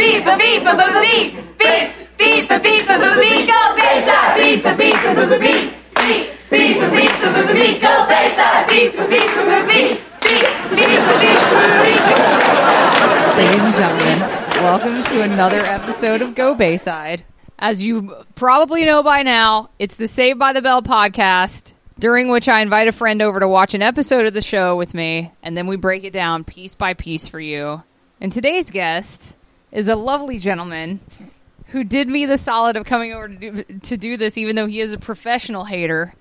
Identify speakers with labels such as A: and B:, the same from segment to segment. A: beep, beep, beep, beep, beep, beep, beep, beep, go Bayside. Beep, beep, beep, beep, beep, beep, beep, beep, beep, beep, go Bayside. Beep, beep, beep, beep, beep, beep, beep, beep, beep.
B: Ladies and gentlemen, welcome to another episode of Go Bayside. As you probably know by now, it's the Saved by the Bell podcast, during which I invite a friend over to watch an episode of the show with me, and then we break it down piece by piece for you. And today's guest is a lovely gentleman who did me the solid of coming over to do, to do this, even though he is a professional hater.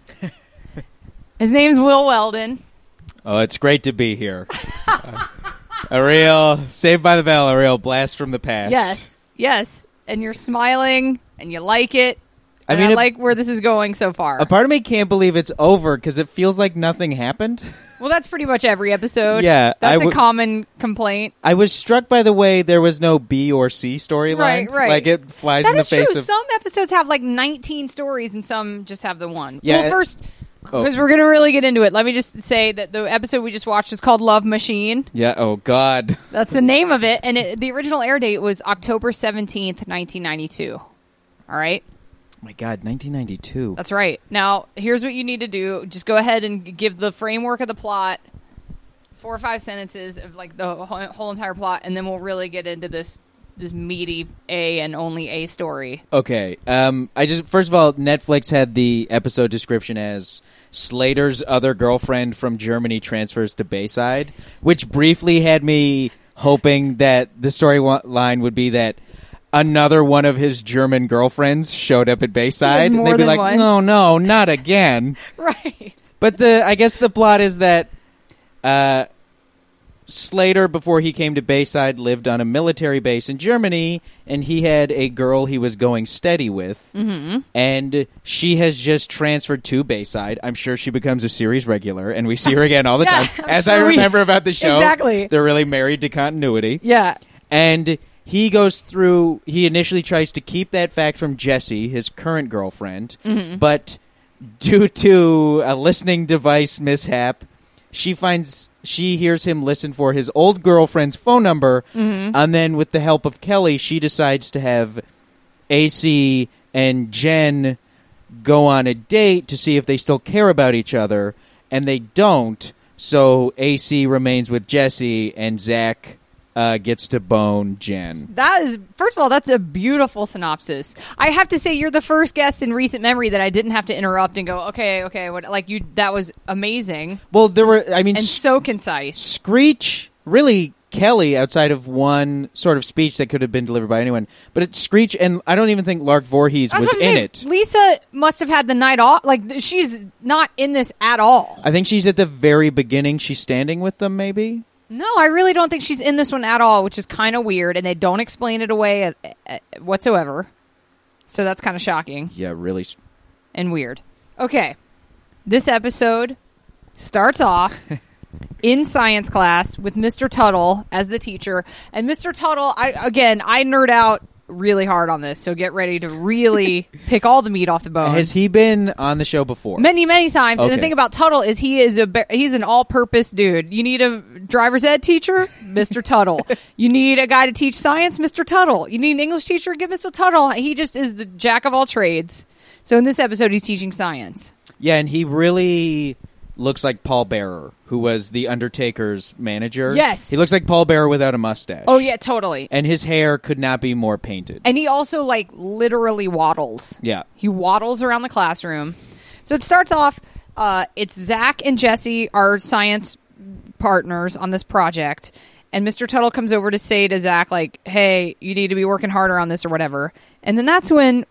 B: His name's Will Weldon.
C: Oh, it's great to be here. a real Saved by the Bell, a real blast from the past.
B: Yes, yes. And you're smiling, and you like it.
C: I
B: And I
C: mean, a-
B: like where this is going so far.
C: A part of me can't believe it's over because it feels like nothing happened.
B: well, that's pretty much every episode.
C: Yeah,
B: that's
C: I
B: a
C: would-
B: common complaint.
C: I was struck by the way there was no B or C storyline.
B: Right, right.
C: Like it flies
B: That
C: in the
B: is true.
C: face of.
B: Some episodes have like 19 stories, and some just have the one.
C: Yeah,
B: well,
C: it-
B: first,
C: Oh.
B: because we're gonna really get into it, let me just say that the episode we just watched is called Love Machine.
C: yeah. Oh God.
B: That's the name of it, and it, the original air date was October 17th, 1992. All right.
C: Oh, my God. 1992.
B: That's right. Now, here's what you need to do. Just go ahead and give the framework of the plot, four or five sentences of like the whole, whole entire plot, and then we'll really get into this this meaty A and only A story.
C: Okay. Um, I just first of all, Netflix had the episode description as Slater's other girlfriend from Germany transfers to Bayside, which briefly had me hoping that the storyline would be that another one of his German girlfriends showed up at Bayside,
B: more
C: and they'd be
B: than
C: like,
B: one.
C: "No, no, not again."
B: Right.
C: But the I guess the plot is that uh, Slater, before he came to Bayside, lived on a military base in Germany, and he had a girl he was going steady with, mm-hmm. and she has just transferred to Bayside. I'm sure she becomes a series regular, and we see her again all the
B: Yeah,
C: time.
B: I'm
C: As I
B: sure we-
C: remember about the show,
B: Exactly.
C: they're really married to continuity
B: Yeah.
C: and he goes through he initially tries to keep that fact from Jessie, his current girlfriend, but due to a listening device mishap, she finds she hears him listen for his old girlfriend's phone number and then with the help of Kelly, she decides to have AC and Jen go on a date to see if they still care about each other, and they don't. So AC remains with Jesse, and Zach uh, gets to bone Jen.
B: That is, first of all, that's a beautiful synopsis. I have to say, you're the first guest in recent memory that I didn't have to interrupt and go, okay, okay, what, like you, that was amazing
C: Well, there were, I mean,
B: and
C: S-
B: so concise.
C: Screech, really Kelly, outside of one sort of speech that could have been delivered by anyone, but it's Screech, and I don't even think Lark Voorhees
B: I
C: was,
B: about to
C: in
B: say,
C: it.
B: Lisa must have had the night off. Like th- she's not in this at all.
C: I think she's at the very beginning. She's standing with them, maybe?
B: No, I really don't think she's in this one at all, which is kind of weird, and they don't explain it away at, at, whatsoever. So that's kind of shocking
C: Yeah, really. s-
B: and weird. Okay, this episode starts off in science class with Mr. Tuttle as the teacher, and Mr. Tuttle. I again, I nerd out really hard on this, so get ready to really pick all the meat off the bone.
C: Has he been on the show before?
B: many many times and the
C: Okay.
B: thing about tuttle is he is a ba- he's an all-purpose dude you need a driver's ed teacher mr tuttle you need a guy to teach science mr tuttle you need an english teacher get mr tuttle he just is the jack of all trades so in this episode he's teaching science
C: Yeah, and he really looks like Paul Bearer, who was the Undertaker's manager.
B: Yes.
C: He looks like Paul Bearer without a mustache.
B: oh yeah totally
C: And his hair could not be more painted.
B: and he also like literally waddles
C: Yeah.
B: he waddles around the classroom so it starts off uh, it's zach and jesse are science partners on this project and mr tuttle comes over to say to zach like hey you need to be working harder on this or whatever and then that's when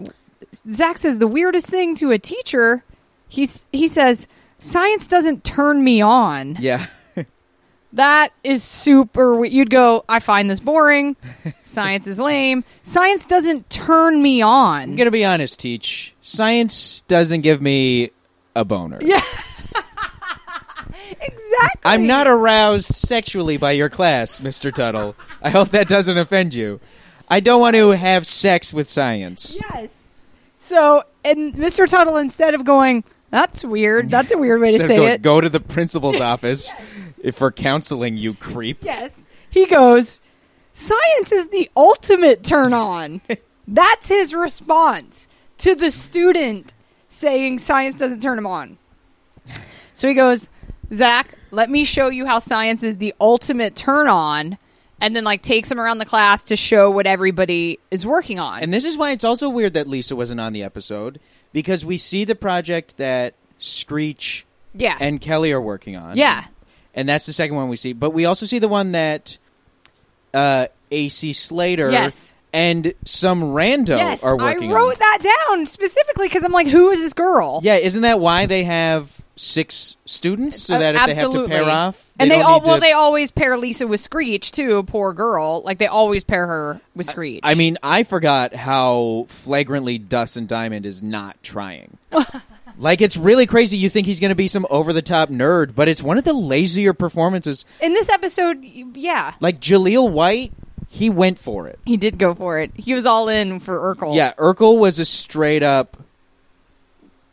B: zach says the weirdest thing to a teacher he's, he says science doesn't turn me on
C: yeah.
B: that is super. we- You'd go, I find this boring. Science is lame. Science doesn't turn me on.
C: I'm going to be honest, Teach. Science doesn't give me a boner. Yeah.
B: exactly.
C: I'm not aroused sexually by your class, Mr. Tuttle. I hope that doesn't offend you. I don't want to have sex with science.
B: Yes. So, and Mr. Tuttle, instead of going, that's weird. That's a weird way to
C: Instead
B: say
C: of going,
B: it.
C: Go to the principal's office for counseling, you creep.
B: Yes. He goes, Science is the ultimate turn on. That's his response to the student saying science doesn't turn him on. So he goes, Zach, let me show you how science is the ultimate turn on. And then, like, takes him around the class to show what everybody is working on.
C: And this is why it's also weird that Lisa wasn't on the episode because we see the project that Screech
B: yeah.
C: and Kelly are working on.
B: yeah.
C: And that's the second one we see. But we also see the one that uh, AC Slater
B: Yes.
C: and some rando
B: Yes.
C: are
B: I
C: working
B: wrote
C: on.
B: that down specifically because I'm like, who is this girl?
C: Yeah, isn't that why they have six students so
B: Uh,
C: that if they have to pair off,
B: and they
C: don't
B: all
C: need
B: well,
C: to-
B: they always pair Lisa with Screech too. Poor girl, like they always pair her with Screech.
C: I mean, I forgot how flagrantly Dustin Diamond is not trying. like it's really crazy. You think he's going to be some over the top nerd, but it's one of the lazier performances.
B: in this episode, y- yeah,
C: Like Jaleel White, he went for it.
B: he did go for it. He was all in for Urkel.
C: Yeah, Urkel was a straight up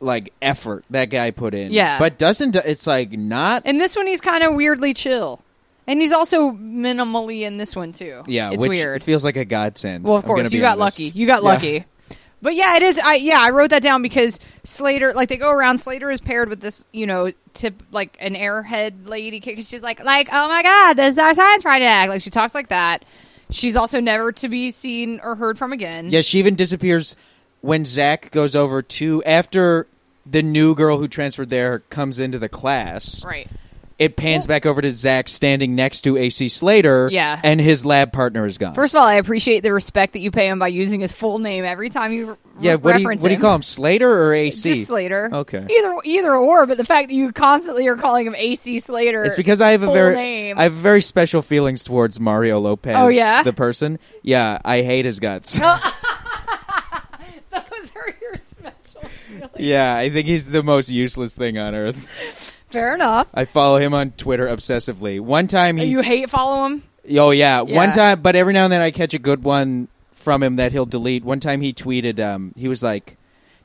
C: like effort that guy put in.
B: Yeah.
C: but Dustin, Di- it's like not.
B: and this one he's kind of weirdly chill, and he's also minimally in this one too.
C: yeah,
B: it's
C: which
B: weird.
C: feels like a godsend.
B: Well, of
C: I'm gonna
B: course,
C: be
B: you got
C: honest.
B: lucky. You got
C: Yeah.
B: lucky. But yeah, it is. I yeah, I wrote that down because Slater, like they go around. Slater is paired with this, you know, tip like an airhead lady because she's like, like, oh my god, this is our science project. Like she talks like that. She's also never to be seen or heard from again.
C: Yeah, she even disappears when Zach goes over to after the new girl who transferred there comes into the class.
B: Right.
C: It pans back over to Zach standing next to AC Slater.
B: Yeah.
C: And his lab partner is gone.
B: First of all, I appreciate the respect that you pay him by using his full name every time you re-
C: yeah, what do you,
B: reference
C: what do you
B: him.
C: call him? Slater or AC?
B: Just Slater.
C: Okay.
B: Either either or, but the fact that you constantly are calling him AC Slater.
C: It's because I have a
B: full
C: very
B: name.
C: I have very special feelings towards Mario Lopez
B: Oh, yeah? Oh.
C: the person. Yeah, I hate his guts.
B: Those are your special feelings.
C: yeah, I think he's the most useless thing on earth.
B: Fair enough.
C: I follow him on Twitter obsessively. One time he
B: You hate follow him?
C: Oh yeah. one
B: Yeah.
C: time, but every now and then I catch a good one from him that he'll delete. One time he tweeted, um, he was like,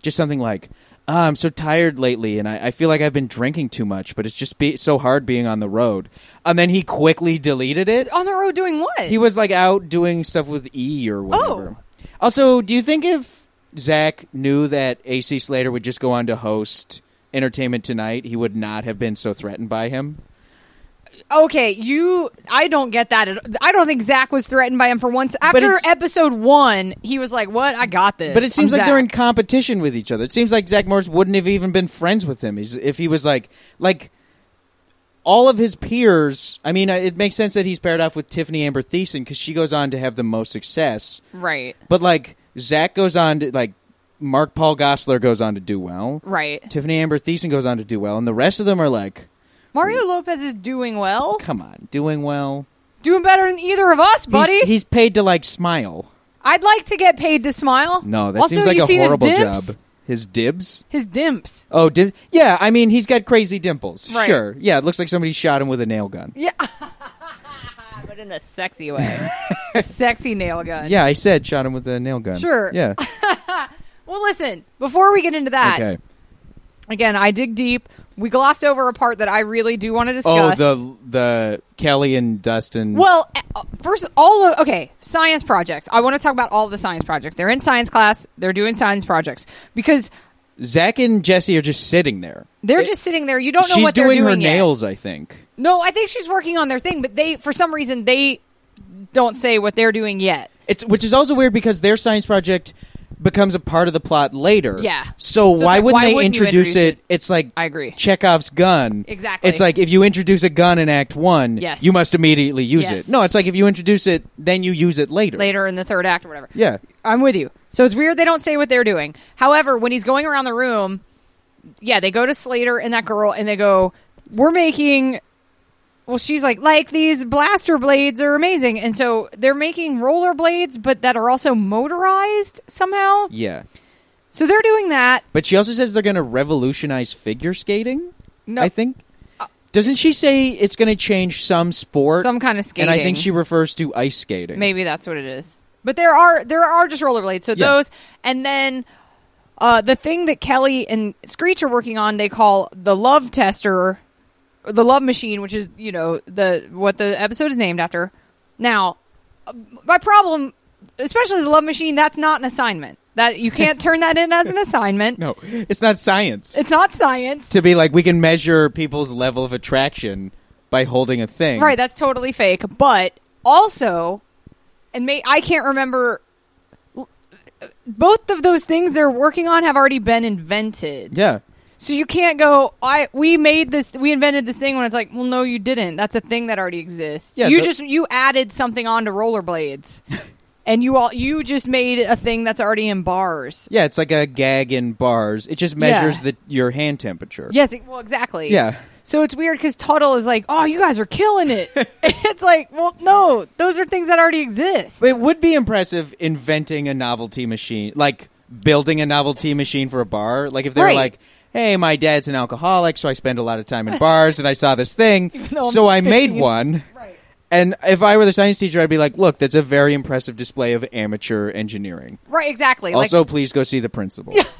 C: just something like, "Ah, "I'm so tired lately, and I, I feel like I've been drinking too much, but it's just be- so hard being on the road." And then he quickly deleted it. Oh,
B: On the road doing what?
C: He was like out doing stuff with E or whatever. Also, do you think if Zach knew that AC Slater would just go on to host Entertainment Tonight, he would not have been so threatened by him?
B: okay, you. I don't get that. At, I don't think Zach was threatened by him for once. After
C: it's-
B: episode one, he was like, "What? I got this."
C: But it seems
B: I'm
C: like they're in
B: Zach."
C: competition with each other. It seems like Zach Morris wouldn't have even been friends with him He's, if he was like like all of his peers. I mean, uh, it makes sense that he's paired off with Tiffany Amber Thiessen because she goes on to have the most success.
B: right,
C: But like Zach goes on to like Mark Paul Gossler goes on to do well.
B: right.
C: Tiffany Amber Thiessen goes on to do well, and the rest of them are like,
B: Mario Lopez is doing well,
C: come on, doing well.
B: doing better than either of us, buddy.
C: he's, he's paid to like smile.
B: I'd like to get paid to smile.
C: No, that
B: also,
C: seems like
B: you
C: a
B: seen
C: horrible
B: his
C: job.
B: dimps?
C: His dibs.
B: His dimps.
C: Oh, did yeah? I mean, he's got crazy dimples.
B: Right.
C: Sure. Yeah, it looks like somebody shot him with a nail gun. Yeah,
B: But in a sexy way, a sexy nail gun.
C: I said shot him with a nail gun.
B: Sure.
C: Yeah.
B: Well, listen. Before we get into that,
C: Okay.
B: again, I dig deep. We glossed over a part that I really do want to
C: Oh,
B: discuss.
C: the the Kelly and Dustin.
B: Well, uh, first, all of okay, science projects. I want to talk about all the science projects. They're in science class. They're doing science projects because
C: Zach and Jesse are just sitting there.
B: they're
C: It-
B: just sitting there. You don't know
C: Eh, She's
B: what they're
C: doing,
B: doing.
C: her
B: yet.
C: nails. I think.
B: No, I think she's working on their thing, but they, for some reason, they don't say what they're doing yet.
C: It's which is also weird because their science project becomes a part of the plot later.
B: Yeah. So
C: So,
B: it's
C: why
B: like,
C: wouldn't
B: why
C: they
B: wouldn't you
C: introduce,
B: introduce
C: it? It's like
B: I agree.
C: Chekhov's gun.
B: Exactly.
C: It's like if you introduce a gun in Act One,
B: Yes.
C: you must immediately use
B: Yes.
C: it. No, it's like if you introduce it, then you use it later.
B: Later in the third act or whatever.
C: Yeah.
B: I'm with you. So it's weird they don't say what they're doing. However, when he's going around the room, yeah, they go to Slater and that girl and they go, "We're making well, she's like, like these blaster blades are amazing. And so they're making roller blades, but that are also motorized somehow.
C: Yeah.
B: So they're doing that.
C: But she also says they're going to revolutionize figure skating.
B: No. Uh,
C: I think. Doesn't she say it's going to change some sport,
B: Some kind of
C: And I
B: skating.
C: think she refers to ice skating.
B: Maybe that's what it is. But there are there are just rollerblades. So
C: Yeah.
B: those and then uh, the thing that Kelly and Screech are working on, they call the love tester, or the love machine, which is you know the what the episode is named after. Now, uh, my problem, especially the love machine, that's not an assignment. That you can't turn that in as an assignment.
C: No, it's not science.
B: It's not science.
C: to be like we can measure people's level of attraction by holding a thing.
B: Right, that's totally fake. But also, and may I can't remember. Both of those things they're working on have already been invented,
C: yeah.
B: so you can't go. I we made this, we invented this thing when it's like, well, no, you didn't. That's a thing that already exists.
C: Yeah,
B: you
C: the-
B: just you added something onto rollerblades, and you all you just made a thing that's already in bars.
C: Yeah, it's like a gag in bars. It just measures the your hand temperature.
B: Yes, e- well, exactly.
C: Yeah.
B: So it's weird because Tuttle is like, "Oh, you guys are killing it." it's like, well, no, those are things that already exist.
C: It would be impressive inventing a novelty machine, like building a novelty machine for a bar. Like if they were
B: Right.
C: like, "Hey, my dad's an alcoholic, so I spend a lot of time in bars, and I saw this thing,
B: though I'm
C: so I made
B: 15.
C: one." Right. And if I were the science teacher, I'd be like, "Look, that's a very impressive display of amateur engineering."
B: Right, exactly.
C: also, please go see the principal.
B: like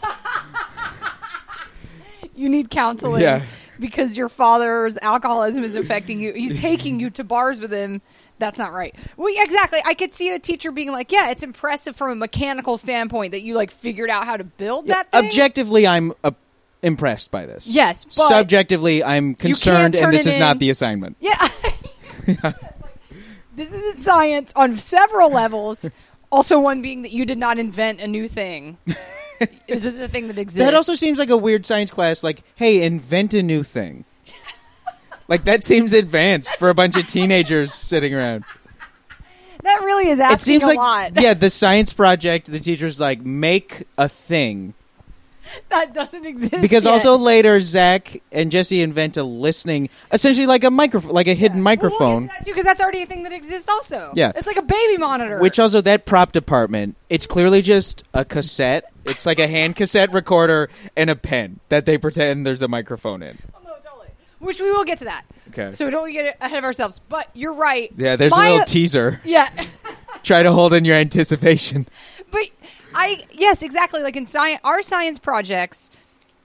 B: you need counseling
C: Yeah.
B: because your father's alcoholism is affecting you. He's taking you to bars with him. That's not right. Well, yeah, exactly. I could see a teacher being like, "Yeah, it's impressive from a mechanical standpoint that you like figured out how to build that thing."
C: Objectively, I'm uh, impressed by this.
B: Yes, but-
C: subjectively, I'm concerned,
B: turn
C: and this
B: it
C: is not
B: in.
C: the assignment.
B: Yeah. this isn't science on several levels. Also, one being that you did not invent a new thing. this is a thing that exists.
C: That also seems like a weird science class. Like, hey, invent a new thing. like that seems advanced for a bunch of teenagers sitting around.
B: that really is asking
C: It seems
B: a
C: like
B: lot.
C: yeah, the science project. The teacher's like, make a thing.
B: that doesn't exist.
C: Because
B: yet.
C: also later, Zach and Jesse invent a listening, essentially like a microphone, like a hidden microphone.
B: because that's already a thing that exists. Also,
C: Yeah.
B: it's like a baby monitor.
C: Which uh, also that prop department, it's clearly just a cassette. It's like a hand cassette recorder and a pen that they pretend there's a microphone in.
B: Oh, No, totally. Which we will get to that.
C: Okay.
B: So we don't get ahead of ourselves. But you're right.
C: Yeah, there's
B: My- uh,
C: a little teaser.
B: yeah.
C: Try to hold in your anticipation.
B: But I yes, exactly. Like in science, our science projects,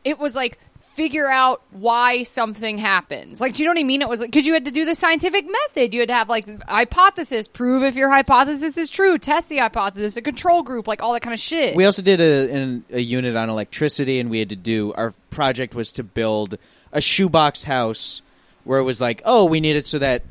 B: it was like figure out why something happens. Like, do you know what I mean? It was like because you had to do the scientific method. You had to have like hypothesis, prove if your hypothesis is true, test the hypothesis, a control group, like all that kind of shit.
C: We also did a, an a unit on electricity, and we had to do our project was to build a shoebox house where it was like, oh, we need it so that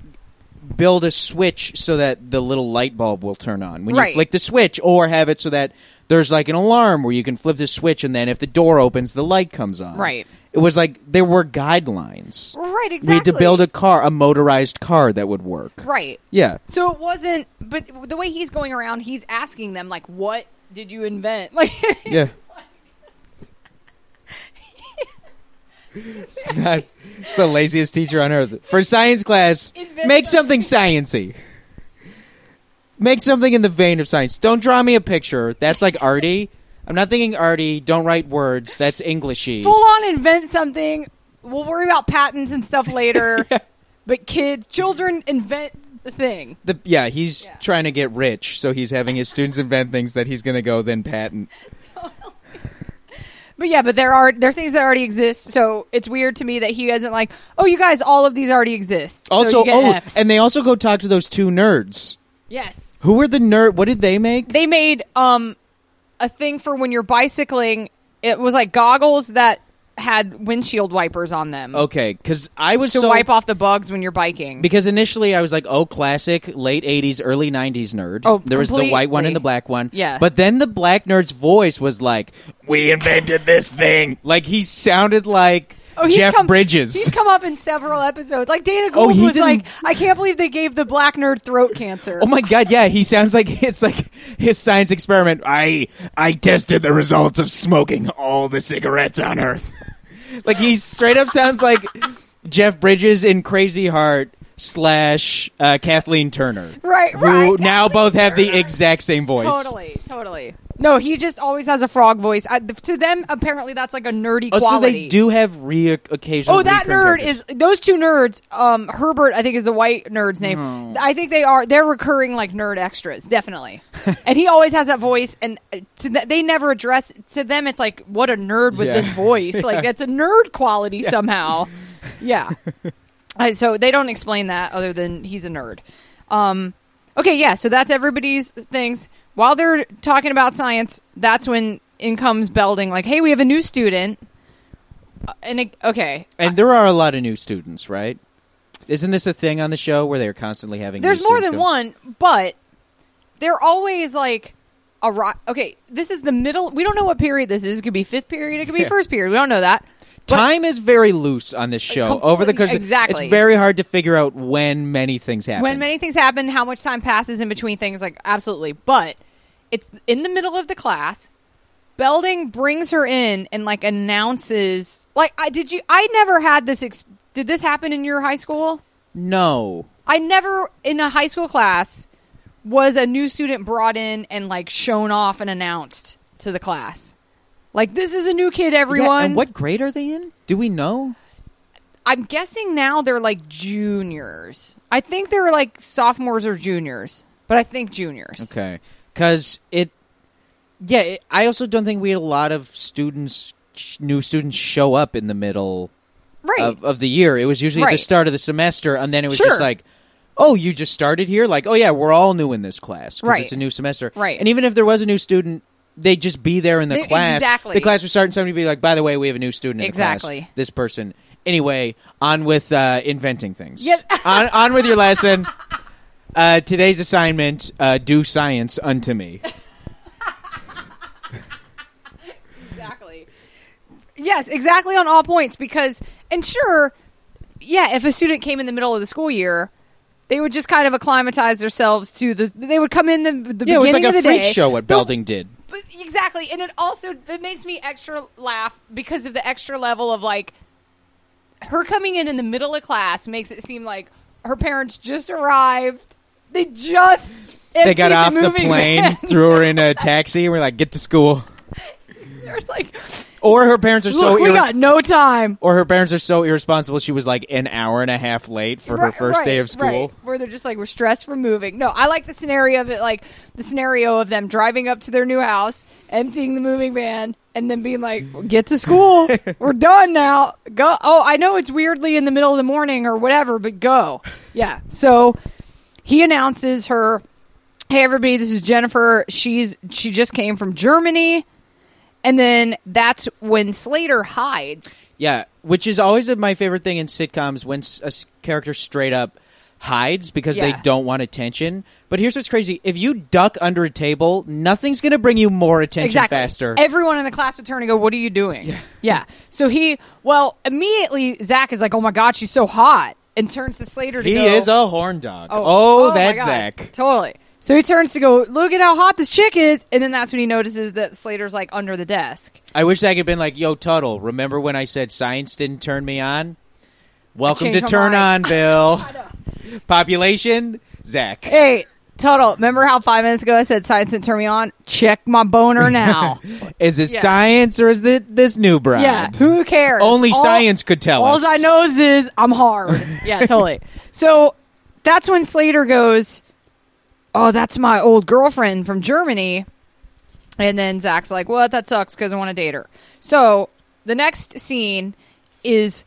C: build a switch so that the little light bulb will turn on when
B: Right.
C: you flick the switch, or have it so that there's like an alarm where you can flip the switch, and then if the door opens, the light comes on.
B: Right.
C: It was like there were guidelines.
B: right, exactly.
C: We had to build a car, a motorized car that would work.
B: right.
C: Yeah.
B: So it wasn't. But the way he's going around, he's asking them like, "What did you invent?" Like,
C: Yeah. it's, not, it's the laziest teacher on earth. For science class,
B: Invent
C: make something sciency. Make something in the vein of science. Don't draw me a picture. That's like arty. I'm not thinking arty. Don't write words. That's Englishy.
B: full on invent something. We'll worry about patents and stuff later. But kids, children invent the thing.
C: The- yeah, he's trying to get rich, so he's having his students invent things that he's going to go then patent.
B: But yeah, but there are there are things that already exist. So it's weird to me that he isn't like, oh, you guys, all of these already exist. So
C: Also,
B: you get
C: oh,
B: Fs.
C: and they also go talk to those two nerds.
B: yes,
C: Who were the nerd? What did they make?
B: they made um a thing for when you're bicycling. It was like goggles that had windshield wipers on them
C: Okay, because I was
B: to
C: Oh, so
B: wipe off the bugs when you're biking.
C: Because initially I was like, oh, classic late 80s, early 90s nerd.
B: Oh,
C: there was the white one and the
B: completely.
C: black one.
B: Yeah.
C: But then the black nerd's voice was like, we invented this thing. Like he sounded like
B: he's
C: Jeff
B: Oh, come-
C: Bridges.
B: He's come up in several episodes. Like Dana
C: Oh,
B: Gould
C: he's
B: was
C: in-
B: like, I can't believe they gave the black nerd throat cancer.
C: Oh my god, yeah, he sounds like it's like his science experiment. I I tested the results of smoking all the cigarettes on earth. like he straight up sounds like Jeff Bridges in Crazy Heart slash uh, Kathleen Turner.
B: Right,
C: Who
B: right,
C: now
B: Kathleen
C: both have the exact same voice.
B: Totally, totally. No, he just always has a frog voice. I, th- to them, apparently, that's like a nerdy
C: Oh, so
B: quality.
C: they do have re occasional.
B: Oh, that nerd is those two nerds. Um, Herbert, I think, is the white nerd's name. I think they are. They're recurring like nerd extras, definitely. and he always has that voice. And uh, to th- they never address to them. It's like what a nerd with
C: Yeah.
B: this voice. Like that's a nerd quality somehow. Yeah. Uh, so they don't explain that other than he's a nerd. Um, Okay, yeah, so that's everybody's things. While they're talking about science, that's when in comes Belding, like, hey, we have a new student. Uh, And it, okay,
C: And there are a lot of new students, right? Isn't this a thing on the show where they're constantly having? new
B: There's more
C: students
B: than
C: go-
B: one, but they're always like a ro- okay. This is the middle. We don't know what period this is. It could be fifth period. It could be
C: Yeah.
B: first period. We don't know that. But-
C: Time is very loose on this show.
B: Completely-
C: Over the course,
B: exactly.
C: it's very hard to figure out when many things happen.
B: when many things happen, how much time passes in between things, like absolutely. But it's in the middle of the class. Belding brings her in and like announces, like, I did you? I never had this. Ex- did this happen in your high school?
C: No,
B: I never in a high school class was a new student brought in and like shown off and announced to the class. Like this is a new kid,
C: Yeah,
B: everyone.
C: and what grade are they in? Do we know?
B: I'm guessing now they're like juniors. I think they're like sophomores or juniors, but I think juniors.
C: Okay, because it, yeah. It, I also don't think we had a lot of students, sh- new students, show up in the middle
B: Right.
C: of, of the year. It was usually at the
B: Right.
C: start of the semester, and then it was
B: Sure.
C: just like, oh, you just started here? Like, oh, yeah, we're all new in this class because
B: Right.
C: it's a new semester.
B: Right.
C: And even if there was a new student, they'd just be there in the
B: They-
C: class.
B: exactly.
C: The class would start, and somebody would be like, by the way, we have a new student in the
B: Exactly.
C: class. This person. Anyway, on with uh, inventing things. Yes. on, on with your lesson. Uh, today's assignment, uh, do science unto me.
B: exactly. Yes, exactly on all points because and sure, yeah, if a student came in the middle of the school year, they would just kind of acclimatize themselves to the they would come in the, the
C: Yeah,
B: beginning
C: it was like
B: of
C: a
B: the
C: freak
B: day.
C: show what
B: They'll-
C: Belding did.
B: But exactly, and it also it makes me extra laugh because of the extra level of like her coming in in the middle of class makes it seem like her parents just arrived. They just
C: They got
B: emptied
C: off the
B: moving
C: plane,
B: van.
C: threw her in a taxi, and we're like, get to school.
B: There's like,
C: Or her parents are so
D: Look, we
C: irres-
D: got no time.
C: or her parents are so irresponsible she was like an hour and a half late for her
B: Right,
C: first day
B: right,
C: of school.
B: right, where they're just like we're stressed from moving. No, I like the scenario of it, like the scenario of them driving up to their new house, emptying the moving van, and then being like,
D: Get to school.
B: "We're done now. Go." Oh, I know it's weirdly in the middle of the morning or whatever, but go. Yeah. So he announces her, "Hey, everybody, this is Jennifer. She's she just came from Germany." And then that's when Slater hides.
C: Yeah, which is always a- my favorite thing in sitcoms when s- a s- character straight up hides because they
B: Yeah.
C: don't want attention. But here's what's crazy: if you duck under a table, nothing's going to bring you more attention
B: exactly.
C: faster.
B: Everyone in the class would turn and go, "What are you doing?" Yeah. So he, well, immediately Zach is like, "Oh my god, she's so hot," and turns to Slater to
C: he
B: go.
C: is a horn dog. Oh,
B: my
C: that's
B: God.
C: Zach.
B: Totally. So he turns to go, look at how hot this chick is. And then that's when he notices that Slater's like under the desk.
C: I wish I could have been like, "Yo, Tuttle, remember when I said science didn't turn me on? Welcome to
B: changed my
C: Turn On,
B: mind."
C: Bill. Population, Zach.
B: Hey, Tuttle, remember how five minutes ago I said science didn't turn me on? Check my boner now.
C: Is it science or is it this new bride?
B: yeah. Who cares?
C: Only
B: All-
C: science could tell
B: All
C: us.
B: I knows is I'm hard. yeah, totally. So that's when Slater goes, Oh, that's my old girlfriend from Germany. And then Zach's like, What? That sucks because I want to date her. So the next scene is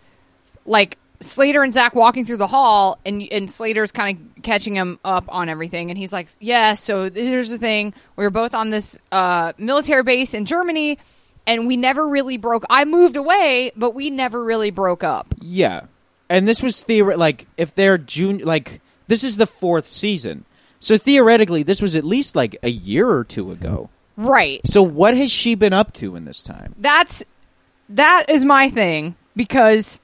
B: like Slater and Zach walking through the hall, and and Slater's kind of catching him up on everything, and he's like, "Yeah, so here's the thing: we were both on this uh, military base in Germany, and we never really broke. I moved away, but we never really broke up.
C: Yeah, and this was theoret like if they're junior, like this is the fourth season, so theoretically this was at least like a year or two ago.
B: Right?
C: So what has she been up to in this time?
B: That's that is my thing because,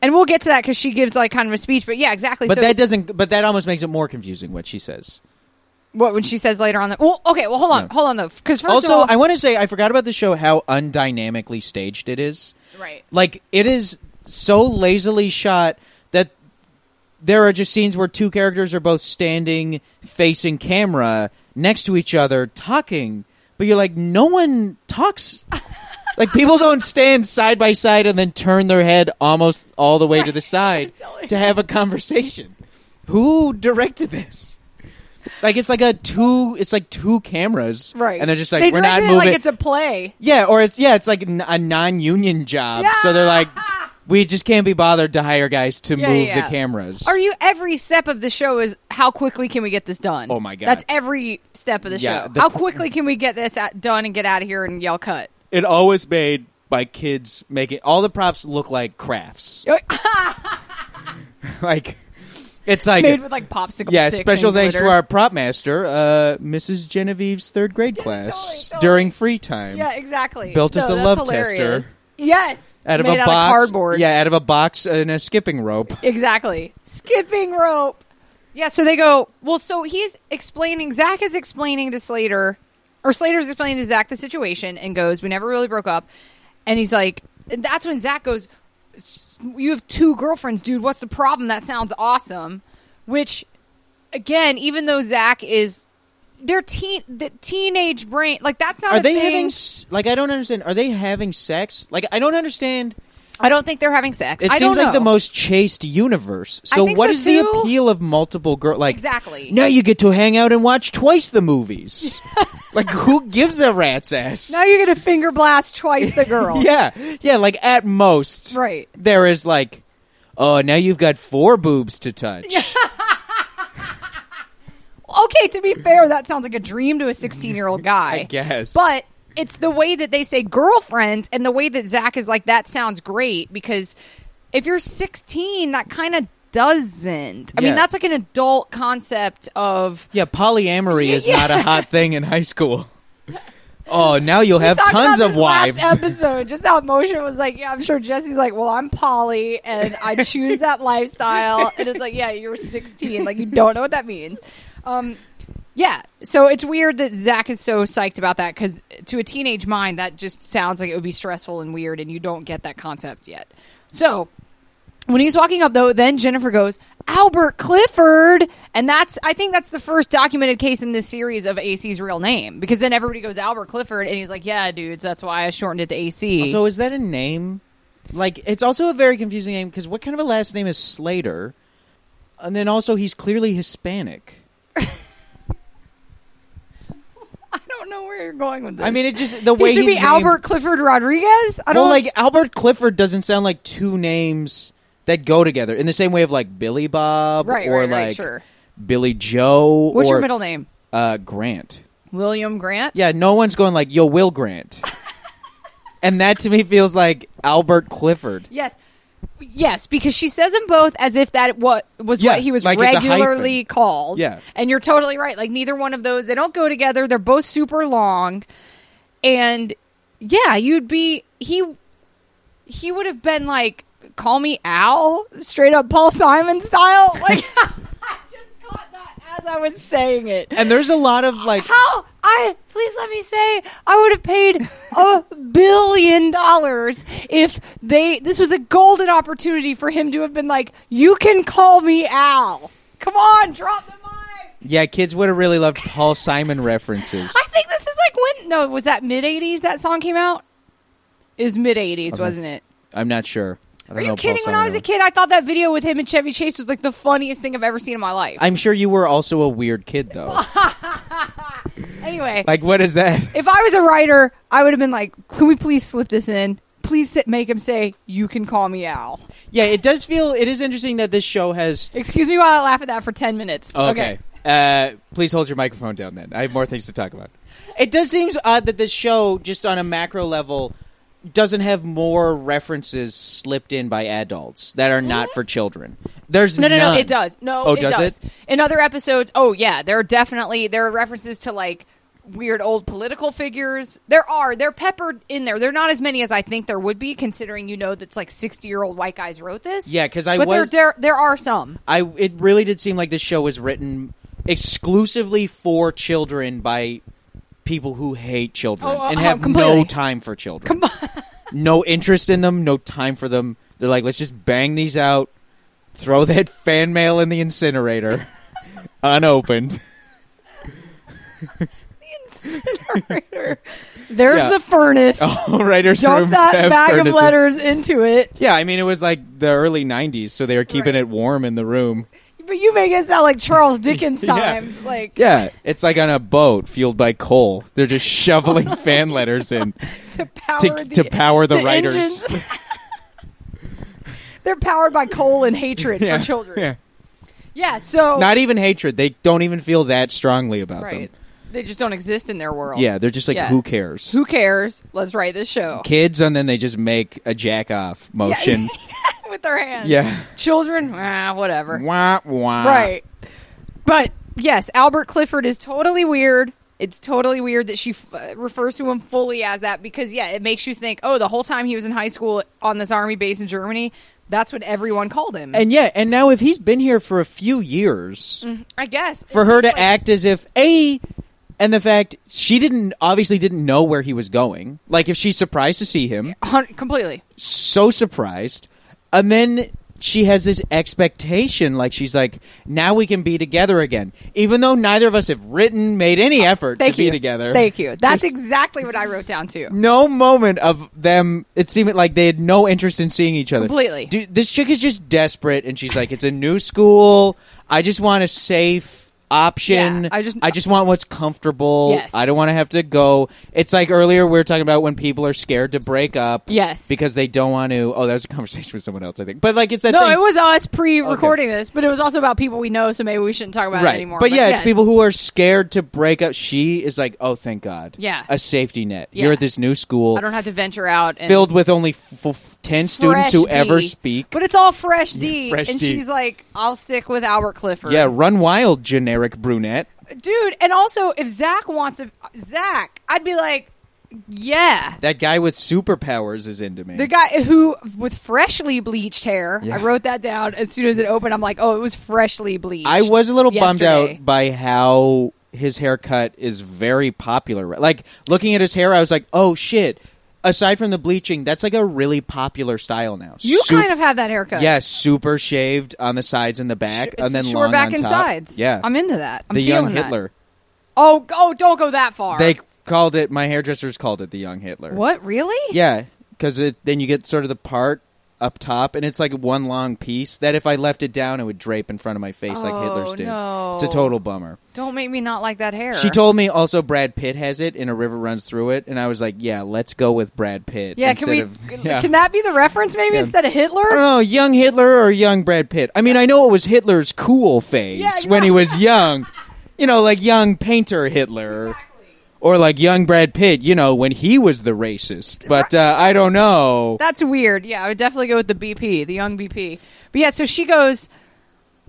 B: and we'll get to that because she gives like kind of a speech, but yeah, exactly.
C: But
B: so
C: that doesn't. But that almost makes it more confusing what she says.
B: what when she says later on that? Well, okay, well hold on,
C: Yeah.
B: hold on though, because first
C: also,
B: of all,
C: I want to say I forgot about the show how undynamically staged it is.
B: right.
C: Like it is so lazily shot that there are just scenes where two characters are both standing facing camera next to each other talking, but you're like no one talks. like people don't stand side by side and then turn their head almost all the way to the side to have a conversation. Who directed this? Like it's like a two, it's like two cameras,
D: Right.
C: And they're just like
D: They
C: we're not
D: directed it
C: moving.
D: Like it's a play.
C: Yeah, or it's yeah, it's like n- a non-union job. So they're like, we just can't be bothered to hire guys to
B: Yeah,
C: move
B: yeah, yeah.
C: the cameras.
B: Are you every step of the show is how quickly can we get this done?
C: Oh, my God.
B: That's every step of the
C: Yeah,
B: show.
C: the-
B: how quickly can we get this at, done and get out of here and yell cut?
C: it always made by kids making all the props look like crafts. like it's like
B: Made with like popsicle
C: yeah,
B: sticks
C: special
B: and
C: thanks to
B: glitter.
C: our prop master, uh, Mrs. Genevieve's third grade class
E: totally.
C: during free time.
E: Yeah, exactly.
C: Built us
B: No,
C: a
B: that's
C: love tester
B: hilarious.
E: Yes.
C: out of
B: Made out
C: a
B: of
C: box.
B: cardboard.
C: Yeah, out of a box and a skipping rope.
B: Exactly.
E: Skipping rope.
B: Yeah, so they go, well, so he's explaining, Zach is explaining to Slater, or Slater's explaining to Zach the situation and goes, we never really broke up. And he's like, and that's when Zach goes, "S- you have two girlfriends, dude. What's the problem? That sounds awesome. Which, again, even though Zach is, their teen, the teenage brain, like that's not
C: Are
B: a
C: they
B: thing.
C: having s- like I don't understand? Are they having sex? Like I don't understand.
B: I don't think they're having sex.
C: It
B: I
C: seems
B: don't
C: like the
B: know.
C: most chaste universe. So
B: think
C: what
B: so,
C: is
B: too.
C: the appeal of multiple girl? Like
B: Exactly.
C: now you get to hang out and watch twice the movies. like who gives a rat's ass?
E: Now you're gonna finger blast twice the girl.
C: yeah, yeah. Like at most,
E: Right.
C: There is like, oh, now you've got four boobs to touch.
B: okay, to be fair, that sounds like a dream to a 16 year old guy.
C: I guess.
B: But it's the way that they say girlfriends and the way that Zach is like, that sounds great because if you're 16, that kind of doesn't. I mean,
C: Yeah.
B: that's like an adult concept of.
C: Yeah, polyamory is not a hot thing in high school. Oh, now you'll have
E: Talk
C: tons
E: about
C: of
E: this last
C: wives.
E: episode, just how Moshe was like, "Yeah, I'm sure Jesse's like, well, I'm Polly, and I choose that lifestyle." And it's like, "Yeah, you're 16, like you don't know what that means."
B: Um, yeah, so it's weird that Zach is so psyched about that because to a teenage mind, that just sounds like it would be stressful and weird, and you don't get that concept yet. So when he's walking up, though, then Jennifer goes, Albert Clifford. And that's, I think that's the first documented case in this series of AC's real name because then everybody goes, Albert Clifford. And he's like, yeah, dudes, that's why I shortened it to AC.
C: So is that a name? Like it's also a very confusing name because what kind of a last name is Slater? And then also he's clearly Hispanic.
E: I don't know where you're going with this.
C: I mean, it just the
E: he
C: way
E: should be
C: he's named-
E: Albert Clifford Rodriguez. I don't
C: Well, like Albert Clifford doesn't sound like two names that go together in the same way of like Billy Bob
B: Right,
C: or
B: right, right,
C: like
B: sure.
C: Billy Joe.
B: What's
C: or,
B: your middle name?
C: Uh, Grant.
B: William Grant?
C: Yeah, no one's going like Yo Will Grant, and that to me feels like Albert Clifford.
B: Yes. Yes, because she says them both as if that what was
C: Yeah,
B: what he was
C: like it's a hyphen.
B: regularly called.
C: Yeah.
B: And you're totally right. Like neither one of those, they don't go together. They're both super long. And yeah, you'd be he he would have been like call me Al.
E: straight up Paul Simon style. Like, I just caught that as I was saying it.
C: And there's a lot of like
E: How I please let me say I would have paid a billion dollars if they this was a golden opportunity for him to have been like, You can call me Al. Come on, drop the mic.
C: yeah, kids would have really loved Paul Simon references.
B: I think this is like when no, was that mid 80s that song came out? Is mid 80s, wasn't it?
C: I'm not sure. I don't
B: Are
C: know
B: you
C: Paul
B: kidding? When I
C: Simon.
B: was a kid, I thought that video with him and Chevy Chase was like the funniest thing I've ever seen in my life.
C: I'm sure you were also a weird kid though.
B: anyway,
C: like what is that?
B: if I was a writer, I would have been like, "Can we please slip this in? Please sit, make him say you can call me Al."
C: Yeah, it does feel it is interesting that this show has
B: Excuse me while I laugh at that for ten minutes.
C: Oh, Okay. Uh, please hold your microphone down then. I have more things to talk about. It does seem odd that this show, just on a macro level, doesn't have more references slipped in by adults that are not for children. There's
B: No, no,
C: none.
B: no. It does. No,
C: Oh,
B: it
C: does
B: does.
C: it?
B: In other episodes, oh yeah, there are definitely there are references to like weird old political figures. There are. They're peppered in there. They're not as many as I think there would be, considering you know that's like sixty year old white guys wrote this.
C: Yeah, 'cause I
B: but
C: was-
B: there, there there are some.
C: I it really did seem like this show was written exclusively for children by people who hate children
B: Oh,
E: uh,
B: oh,
C: and
B: oh,
C: have no
B: completely.
C: time for children. no interest in them, no time for them. They're like, let's just bang these out, throw that fan mail in the incinerator, unopened.
E: There's
C: Yeah.
E: the furnace.
C: Writers'
E: Dump
C: rooms
E: that
C: have
E: bag
C: furnaces.
E: of letters into it.
C: Yeah, I mean, it was like the early '90s, so they were keeping it warm in the room.
E: But you make it sound like Charles Dickens
C: Yeah.
E: times. Like
C: Yeah, it's like on a boat fueled by coal. They're just shoveling fan letters in.
E: to power
C: to,
E: the
C: to power the,
E: the
C: writers.
B: They're powered by coal and hatred for children. Yeah,
C: Yeah.
B: so
C: Not even hatred. They don't even feel that strongly about
F: Right.
C: them.
B: they just don't exist in their world.
C: Yeah, they're just like,
F: Yeah.
C: who cares?
B: Who cares? Let's write this show
C: Kids, and then they just make a jack off motion.
B: with their hands.
C: Yeah.
B: Children, ah, whatever.
C: wah, wah.
B: Right. But yes, Albert Clifford is totally weird. It's totally weird that she f- uh, refers to him fully as that because, yeah, it makes you think, oh, the whole time he was in high school on this army base in Germany, that's what everyone called him.
C: And yeah, and now if he's been here for a few years,
B: I guess.
C: for her to
B: Like,
C: act as if a and the fact she didn't obviously didn't know where he was going like if she's surprised to see him
B: hun- completely.
C: so surprised and then she has this expectation like she's like now we can be together again even though neither of us have written made any effort
B: Oh, Thank
C: to
B: you.
C: be together
B: Thank you. That's
C: There's
B: exactly what I wrote down, too.
C: no moment of them it seemed like they had no interest in seeing each other
B: Completely.
C: Dude, this chick is just desperate and she's like it's a new school i just want a safe option
B: Yeah, I just-
C: i just want what's comfortable
B: Yes.
C: i don't want to have to go it's like earlier we were talking about when people are scared to break up
B: Yes.
C: because they don't want to oh that was a conversation with someone else i think but like it's that
B: No,
C: thing
B: it was us pre recording this, but it was also about people we know, so maybe we shouldn't talk about
C: right
B: it anymore.
C: but yeah
B: yes.
C: it's people who are scared to break up she is like oh thank god
B: Yeah.
C: a safety net you're
B: Yeah.
C: at this new school
B: I don't have to venture out and
C: filled with only f- f- 10 students
B: Fresh
C: who
B: D.
C: ever speak.
B: But it's all fresh D.
C: fresh
B: and
C: D.
B: she's like, I'll stick with Albert Clifford.
C: Yeah, run wild, generic brunette.
B: Dude, and also if Zach wants a Zach, I'd be like, Yeah.
C: That guy with superpowers is into me.
B: The guy who with freshly bleached hair,
C: Yeah.
B: I wrote that down as soon as it opened, I'm like, Oh, it was freshly bleached.
C: I was a little bummed
B: yesterday.
C: out by how his haircut is very popular. Like looking at his hair, I was like, "Oh shit." Aside from the bleaching, that's like a really popular style now.
B: You
C: Sup-
B: kind of have that haircut.
C: Yeah, super shaved on the sides and the back
B: It's
C: and then
B: short
C: long
B: back
C: on
B: and
C: top.
B: sides.
C: Yeah.
B: I'm into that. I'm
C: the young
B: feeling that.
C: Hitler.
B: Oh, g- oh, don't go that far.
C: They called it my hairdressers called it the young Hitler.
B: what really?
C: Yeah, because then you get sort of the part up top, and it's like one long piece that if I left it down, it would drape in front of my face like Hitler's
B: Oh,
C: did.
B: no.
C: It's a total bummer.
B: Don't make me not like that hair.
C: She told me also Brad Pitt has it, and a river runs through it, and I was like, yeah, let's go with Brad Pitt.
B: Yeah,
C: instead
B: can we?
C: Of, yeah.
B: Can that be the reference? Maybe
C: Yeah. Uh-huh.
B: instead of Hitler.
C: I don't know, young Hitler or young Brad Pitt. I mean, I know it was Hitler's cool phase
B: Yeah, yeah.
C: when he was young, you know, like young painter Hitler, or like young Brad Pitt, you know, when he was the racist. But uh, I don't know.
B: That's weird. Yeah, I would definitely go with the BP, the young BP. But yeah, so she goes.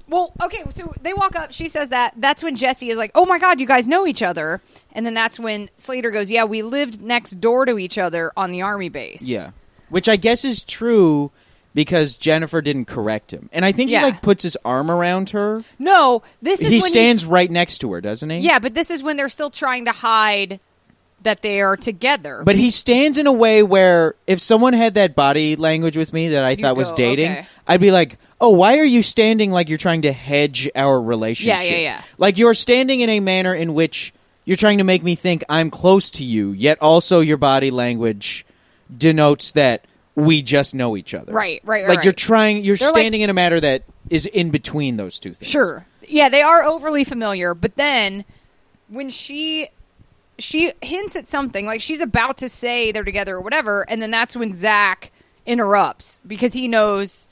B: Well, okay, so they walk up. She says that. That's when Jesse is like, "Oh my God, you guys know each other." And then that's when Slater goes, "Yeah, we lived next door to each other on the army base."
C: Yeah. Which I guess is true because Jennifer didn't correct him. And I think
B: Yeah.
C: he like puts his arm around her.
B: No, this is
C: He
B: when
C: stands right next to her, doesn't he?
B: he's- Yeah, but this is when they're still trying to hide that they are together.
C: But he stands in a way where if someone had that body language with me that I thought was
B: go,
C: dating,
B: okay.
C: I'd be like, "Oh, why are you standing like you're trying to hedge our relationship?"
B: yeah.
C: Like you're standing in a manner in which you're trying to make me think I'm close to you, yet also your body language denotes that we just know each other.
B: Right, right, right,
C: Like you're
B: right.
C: trying you're
B: They're like-
C: standing in a manner that is in between those two things.
B: Sure. Yeah, they are overly familiar, but then when she she hints at something, like she's about to say they're together or whatever, and then that's when Zach interrupts because he knows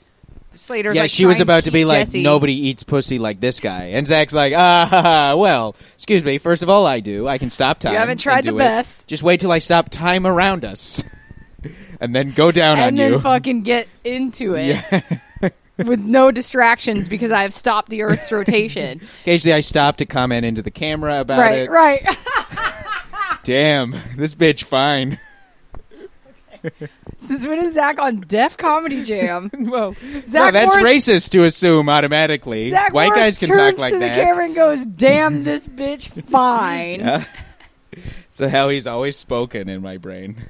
B: Slater's
C: Yeah,
B: like
C: she was
B: trying
C: about to
B: keep
C: be like,
B: Jesse-
C: nobody eats pussy like this guy, and Zach's like, ah, ha, ha, well, excuse me. First of all, I do. I can stop time.
B: haven't
C: and
B: tried the
C: do it.
B: best.
C: Just wait till I stop time around us, and then go down on
B: and then
C: you.
B: fucking get into it. With no distractions because I have stopped the Earth's rotation.
C: Occasionally, I stop to comment into the camera about
B: right,
C: it.
B: right.
C: Damn, this bitch fine.
B: Since when is Zach on Deaf Comedy Jam?
C: well,
B: Zach
C: no, that's
B: Morris-
C: racist to assume automatically.
B: Zach
C: White
B: Morris
C: guys can
B: turns
C: talk like
B: to the
C: that.
B: camera and goes, "Damn this bitch, fine."
C: So how he's always spoken in my brain.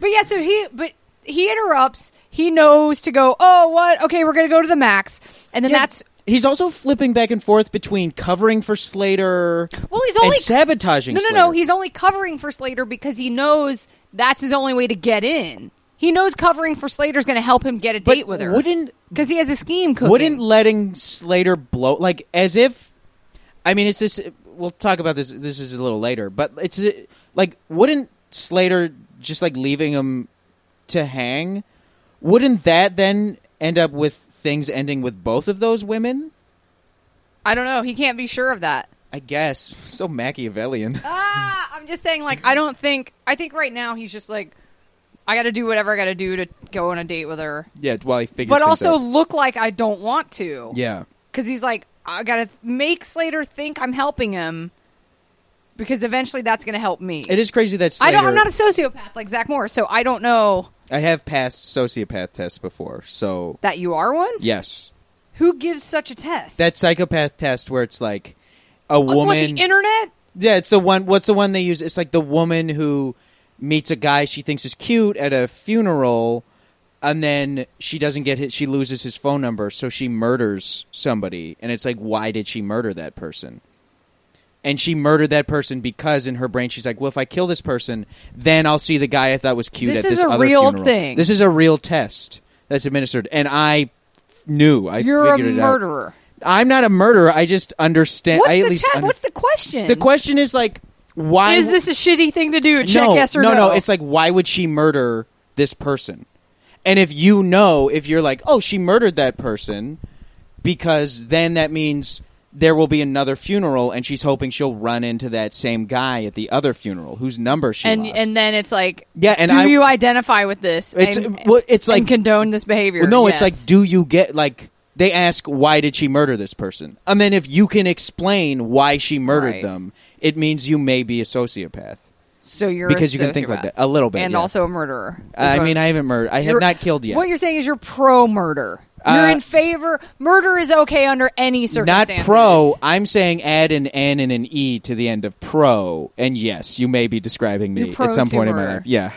B: But yeah, so he but he interrupts. He knows to go. Oh, what? Okay, we're gonna go to the max, and then
C: Yeah,
B: that's
C: he's also flipping back and forth between covering for Slater.
B: well, he's only
C: and sabotaging.
B: no, no,
C: Slater.
B: no. He's only covering for Slater because he knows that's his only way to get in. He knows covering for Slater's gonna help him get a
C: But
B: date with her.
C: Wouldn't
B: because he has a scheme cooking.
C: wouldn't letting Slater blow like as if? I mean, it's this. We'll talk about this. This is a little later, but it's uh, like wouldn't Slater just like leaving him to hang? Wouldn't that then end up with things ending with both of those women?
B: I don't know. He can't be sure of that.
C: I guess. So Machiavellian.
B: Ah, I'm just saying, like, I don't think. I think right now he's just like, I got to do whatever I got to do to go on a date with her,
C: yeah, while he figures
B: but
C: things
B: also
C: out.
B: look like I don't want to.
C: Yeah.
B: because he's like, I got to make Slater think I'm helping him, because eventually that's going to help me.
C: It is crazy that
B: I
C: Slater,
B: don't. I'm not a sociopath like Zach Morris, so I don't know
C: I have passed sociopath tests before, so
B: that you are one.
C: yes.
B: Who gives such a test?
C: That psychopath test where it's like a
B: Look, what,
C: woman
B: Oh, the internet.
C: Yeah, it's the one. What's the one they use? It's like the woman who meets a guy she thinks is cute at a funeral, and then she doesn't get hit. She loses his phone number, so she murders somebody. And it's like, why did she murder that person? And she murdered that person because in her brain she's like, well, if I kill this person, then I'll see the guy I thought was cute
B: This
C: at
B: is
C: this
B: a
C: other
B: real
C: funeral.
B: thing.
C: This is a real test that's administered, and I f- knew. I
B: You're a
C: figured it out.
B: murderer.
C: I'm not a murderer. I just understand.
G: What's
C: I at
G: the
C: least
G: te-
C: under-
G: What's the question?
C: the question is like, why
B: Is this a shitty thing to do? Check
C: no,
B: yes or
C: no,
B: no.
C: no. It's like, why would she murder this person? And if you know, if you're like, oh, she murdered that person, because then that means there will be another funeral, and she's hoping she'll run into that same guy at the other funeral whose number she
B: and
C: lost.
B: and then it's like
C: Yeah, and
B: do
C: I-
B: you identify with this?
C: It's-
B: and,
C: well, it's
B: and
C: like-
B: condone this behavior.
C: Well, no,
B: Yes.
C: it's like, do you get like they ask why did she murder this person, and then if you can explain why she murdered
B: Right.
C: them, it means you may be a sociopath.
B: so you're a
C: because you can think like
B: sociopath.
C: that a little bit,
B: and
C: yeah.
B: also a murderer. is
C: I
B: what-
C: mean, I haven't murdered. I have
B: you're-
C: not killed yet.
B: What you're saying is you're pro murder.
C: Uh,
B: you're in favor. Murder is okay under any
C: not
B: circumstances.
C: pro. I'm saying add an N and an E to the end of pro. And yes, you may be describing me
B: You're pro
C: at some point in my
B: tumor.
C: life. Yeah.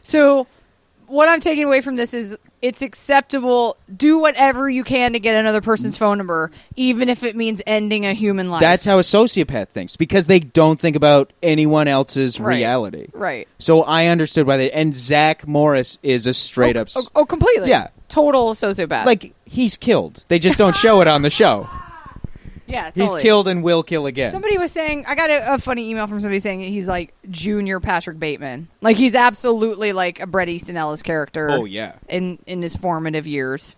B: So what I'm taking away from this is it's acceptable. Do whatever you can to get another person's phone number, even if it means ending a human life.
C: That's how a sociopath thinks because they don't think about anyone else's
B: Right.
C: reality.
B: Right.
C: So I understood why they. And Zach Morris is a straight up. s-
B: Oh, oh, completely.
C: Yeah.
B: Total sociopath.
C: Like, he's killed. They just don't show it on the show.
B: yeah, totally.
C: He's killed and will kill again.
B: Somebody was saying I got a, a funny email from somebody saying he's like junior Patrick Bateman. Like he's absolutely like a Bret Easton Ellis character.
C: Oh, yeah.
B: In in his formative years.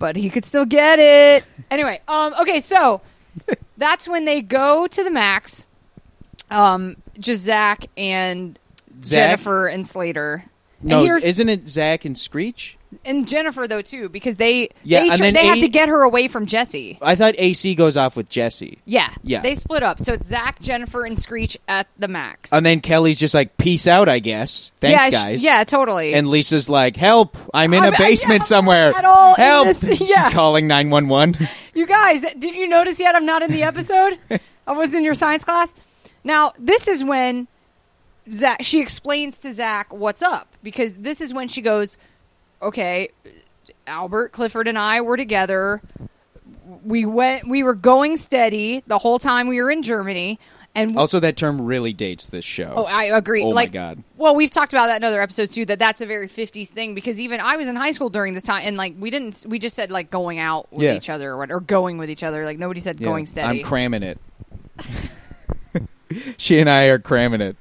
B: But he could still get it. anyway, um okay, so that's when they go to the max. Um just Zach and
C: Zach-
B: Jennifer and Slater.
C: no,
B: and here's
C: isn't it Zach and Screech?
B: and Jennifer though too because they
C: Yeah,
B: they,
C: and
B: tr-
C: then
B: they have
C: A-
B: to get her away from Jesse.
C: I thought AC goes off with Jesse.
B: Yeah.
C: Yeah.
B: They split up. So it's Zach, Jennifer, and Screech at the max.
C: And then Kelly's just like, peace out, I guess. Thanks,
B: yeah, sh-
C: guys.
B: yeah, totally.
C: And Lisa's like, "Help! I'm in a
G: I'm- I-
C: basement
G: yeah,
C: somewhere.
G: at all in
C: Help!"
G: this-
C: She's
G: yeah.
C: calling nine one one.
G: you guys, did you notice yet? I'm not in the episode. I was in your science class.
B: now this is when Zach she explains to Zach what's up because this is when she goes, okay, Albert Clifford and I were together. We went. We were going steady the whole time we were in Germany, and we-
C: Also, that term really dates this show.
B: Oh, I agree.
C: Oh my
B: like,
C: God.
B: Well, we've talked about that in other episodes too. That that's a very '50s thing because even I was in high school during this time, and like we didn't, we just said like going out with
C: Yeah.
B: each other or, what, or going with each other. Like nobody said
C: Yeah,
B: going steady.
C: I'm cramming it. she and I are cramming it.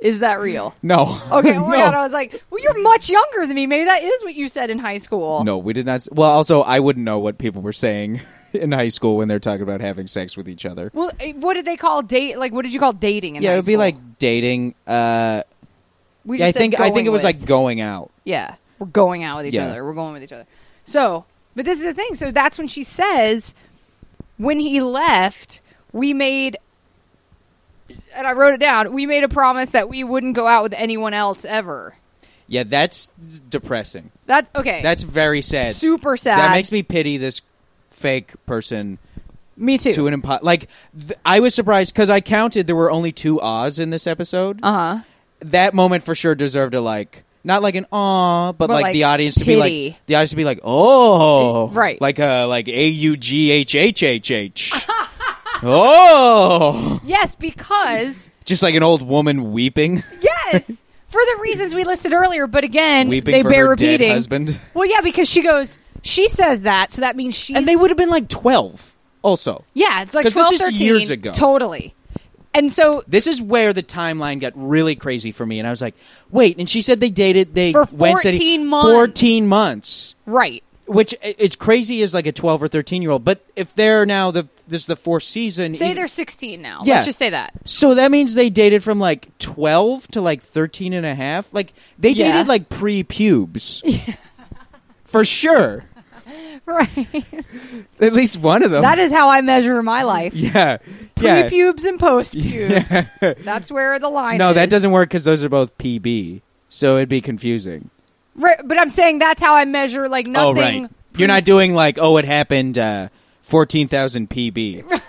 B: Is that real?
C: No.
B: Okay. Oh my
C: no.
B: god! I was like, well, you're much younger than me. Maybe that is what you said in high school.
C: no, we did not. s- Well, also, I wouldn't know what people were saying in high school when they're talking about having sex with each other.
B: Well, eh, what did they call date? Like, what did you call dating? In
C: yeah,
B: high
C: it would be
B: school?
C: like dating. Uh,
B: we
C: yeah,
B: just said
C: I think I think
B: going
C: it was
B: with.
C: like going out.
B: Yeah. We're going out with each
C: Yeah.
B: other. We're going with each other. So, but this is the thing. So that's when she says, when he left, we made, and I wrote it down, we made a promise that we wouldn't go out with anyone else ever.
C: Yeah, that's depressing.
B: That's okay.
C: That's very sad.
B: super sad.
C: That makes me pity this fake person
B: me too.
C: to an impo- like th- I was surprised because I counted there were only two ahs in this episode.
B: uh huh.
C: that moment for sure deserved a like, not like an aw, but,
B: But,
C: like,
B: like,
C: the audience to be
B: pity.
C: like the audience to be like, oh,
B: Right.
C: like uh, like a u g h h h h, oh,
B: Yes, because,
C: just like an old woman weeping,
B: yes, for the reasons we listed earlier, but again,
C: weeping
B: they
C: for
B: bear
C: her dead
B: repeating.
C: husband,
B: Well, yeah, because she goes, she says that, so that means she's.
C: and they would have been like twelve also.
B: Yeah, it's like
C: 'Cause this
B: 12,
C: is
B: 13.
C: years ago.
B: Totally.
F: and so
C: This is where the timeline got really crazy for me, and I was like, "Wait!" And she said they dated they
F: For
C: went steady-
F: 14 months.
C: fourteen months,
F: right.
C: which i- it's crazy as like a twelve or thirteen year old. But if they're now the this is the fourth season,
F: Say
C: e-
F: they're 16 now.
C: Yeah.
F: Let's just say that.
C: so that means they dated from like 12 to like 13 and a half. Like they
F: Yeah.
C: dated like pre-pubes. For sure.
B: Right.
C: At least one of them.
B: that is how I measure my life.
C: yeah.
B: Pre
C: Yeah.
B: pubes and post pubes. That's where the line
C: No,
B: is.
C: that doesn't work cuz those are both PB. So it'd be confusing.
B: Right, but I'm saying that's how I measure like
C: Oh,
B: nothing.
C: You're not doing like, "Oh, it happened uh 14,000 PB."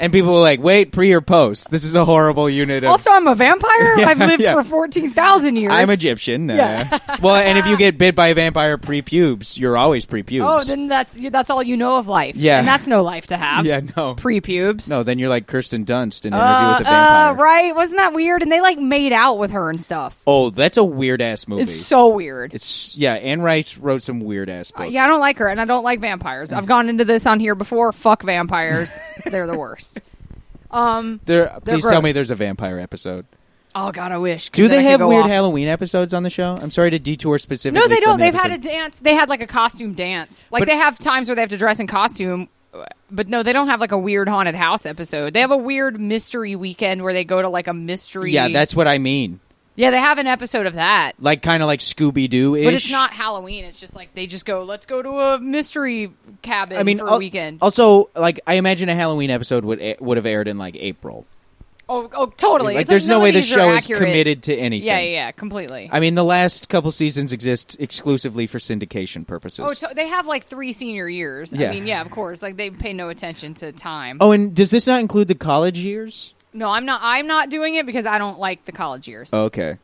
C: and people were like, "Wait, pre or post? This is a horrible unit of
B: Also, I'm a vampire.
C: Yeah,
B: I've lived
C: yeah.
B: for 14,000 years.
C: I'm Egyptian. Uh,
B: Yeah.
C: well, and if you get bit by a vampire pre-pubes, you're always pre-pubes.
B: Oh, then that's you- that's all you know of life.
C: Yeah.
B: and that's no life to have.
C: Yeah, no.
B: pre-pubes.
C: No, then you're like Kirsten Dunst in Interview
B: uh,
C: with the Vampire.
B: uh, right? Wasn't that weird? And they like made out with her and stuff.
C: Oh, that's a weird ass movie.
B: It's so weird.
C: It's- yeah, Anne Rice wrote some weird ass
B: Uh,
C: books.
B: yeah, I don't like her, and I don't like vampires. I've gone into this on here before. Fuck vampires; they're the worst. Um.
C: There, please tell me
B: gross.
C: there's a vampire episode.
B: Oh God, I wish. 'cause
C: Do
B: then
C: they
B: I could
C: have
B: go
C: weird
B: off.
C: Halloween episodes on the show? I'm sorry to detour specifically.
B: No, they don't.
C: from the
B: They've had a
C: episode.
B: dance. They had like a costume dance. Like
C: But-
B: they have times where they have to dress in costume. But no, they don't have like a weird haunted house episode. They have a weird mystery weekend where they go to like a mystery.
C: Yeah, that's what I mean.
B: yeah. They have an episode of that,
C: Like kind of like Scooby Doo ish.
B: but it's not Halloween. It's just like they just go. Let's go to a mystery cabin.
C: I mean,
B: for a
C: al-
B: weekend.
C: Also, like I imagine a Halloween episode would a- would have aired in like April.
B: oh, oh, totally.
C: Like,
B: It's
C: there's
B: none
C: no
B: of
C: way the
B: these are
C: show is
B: accurate.
C: committed to anything.
B: Yeah, yeah, yeah, completely.
C: I mean, the last couple seasons exist exclusively for syndication purposes.
B: oh, to- they have like three senior years.
C: Yeah.
B: I mean, yeah, of course. Like they pay no attention to time.
C: Oh, and does this not include the college years?
B: No, I'm not. I'm not doing it because I don't like the college years.
C: Okay.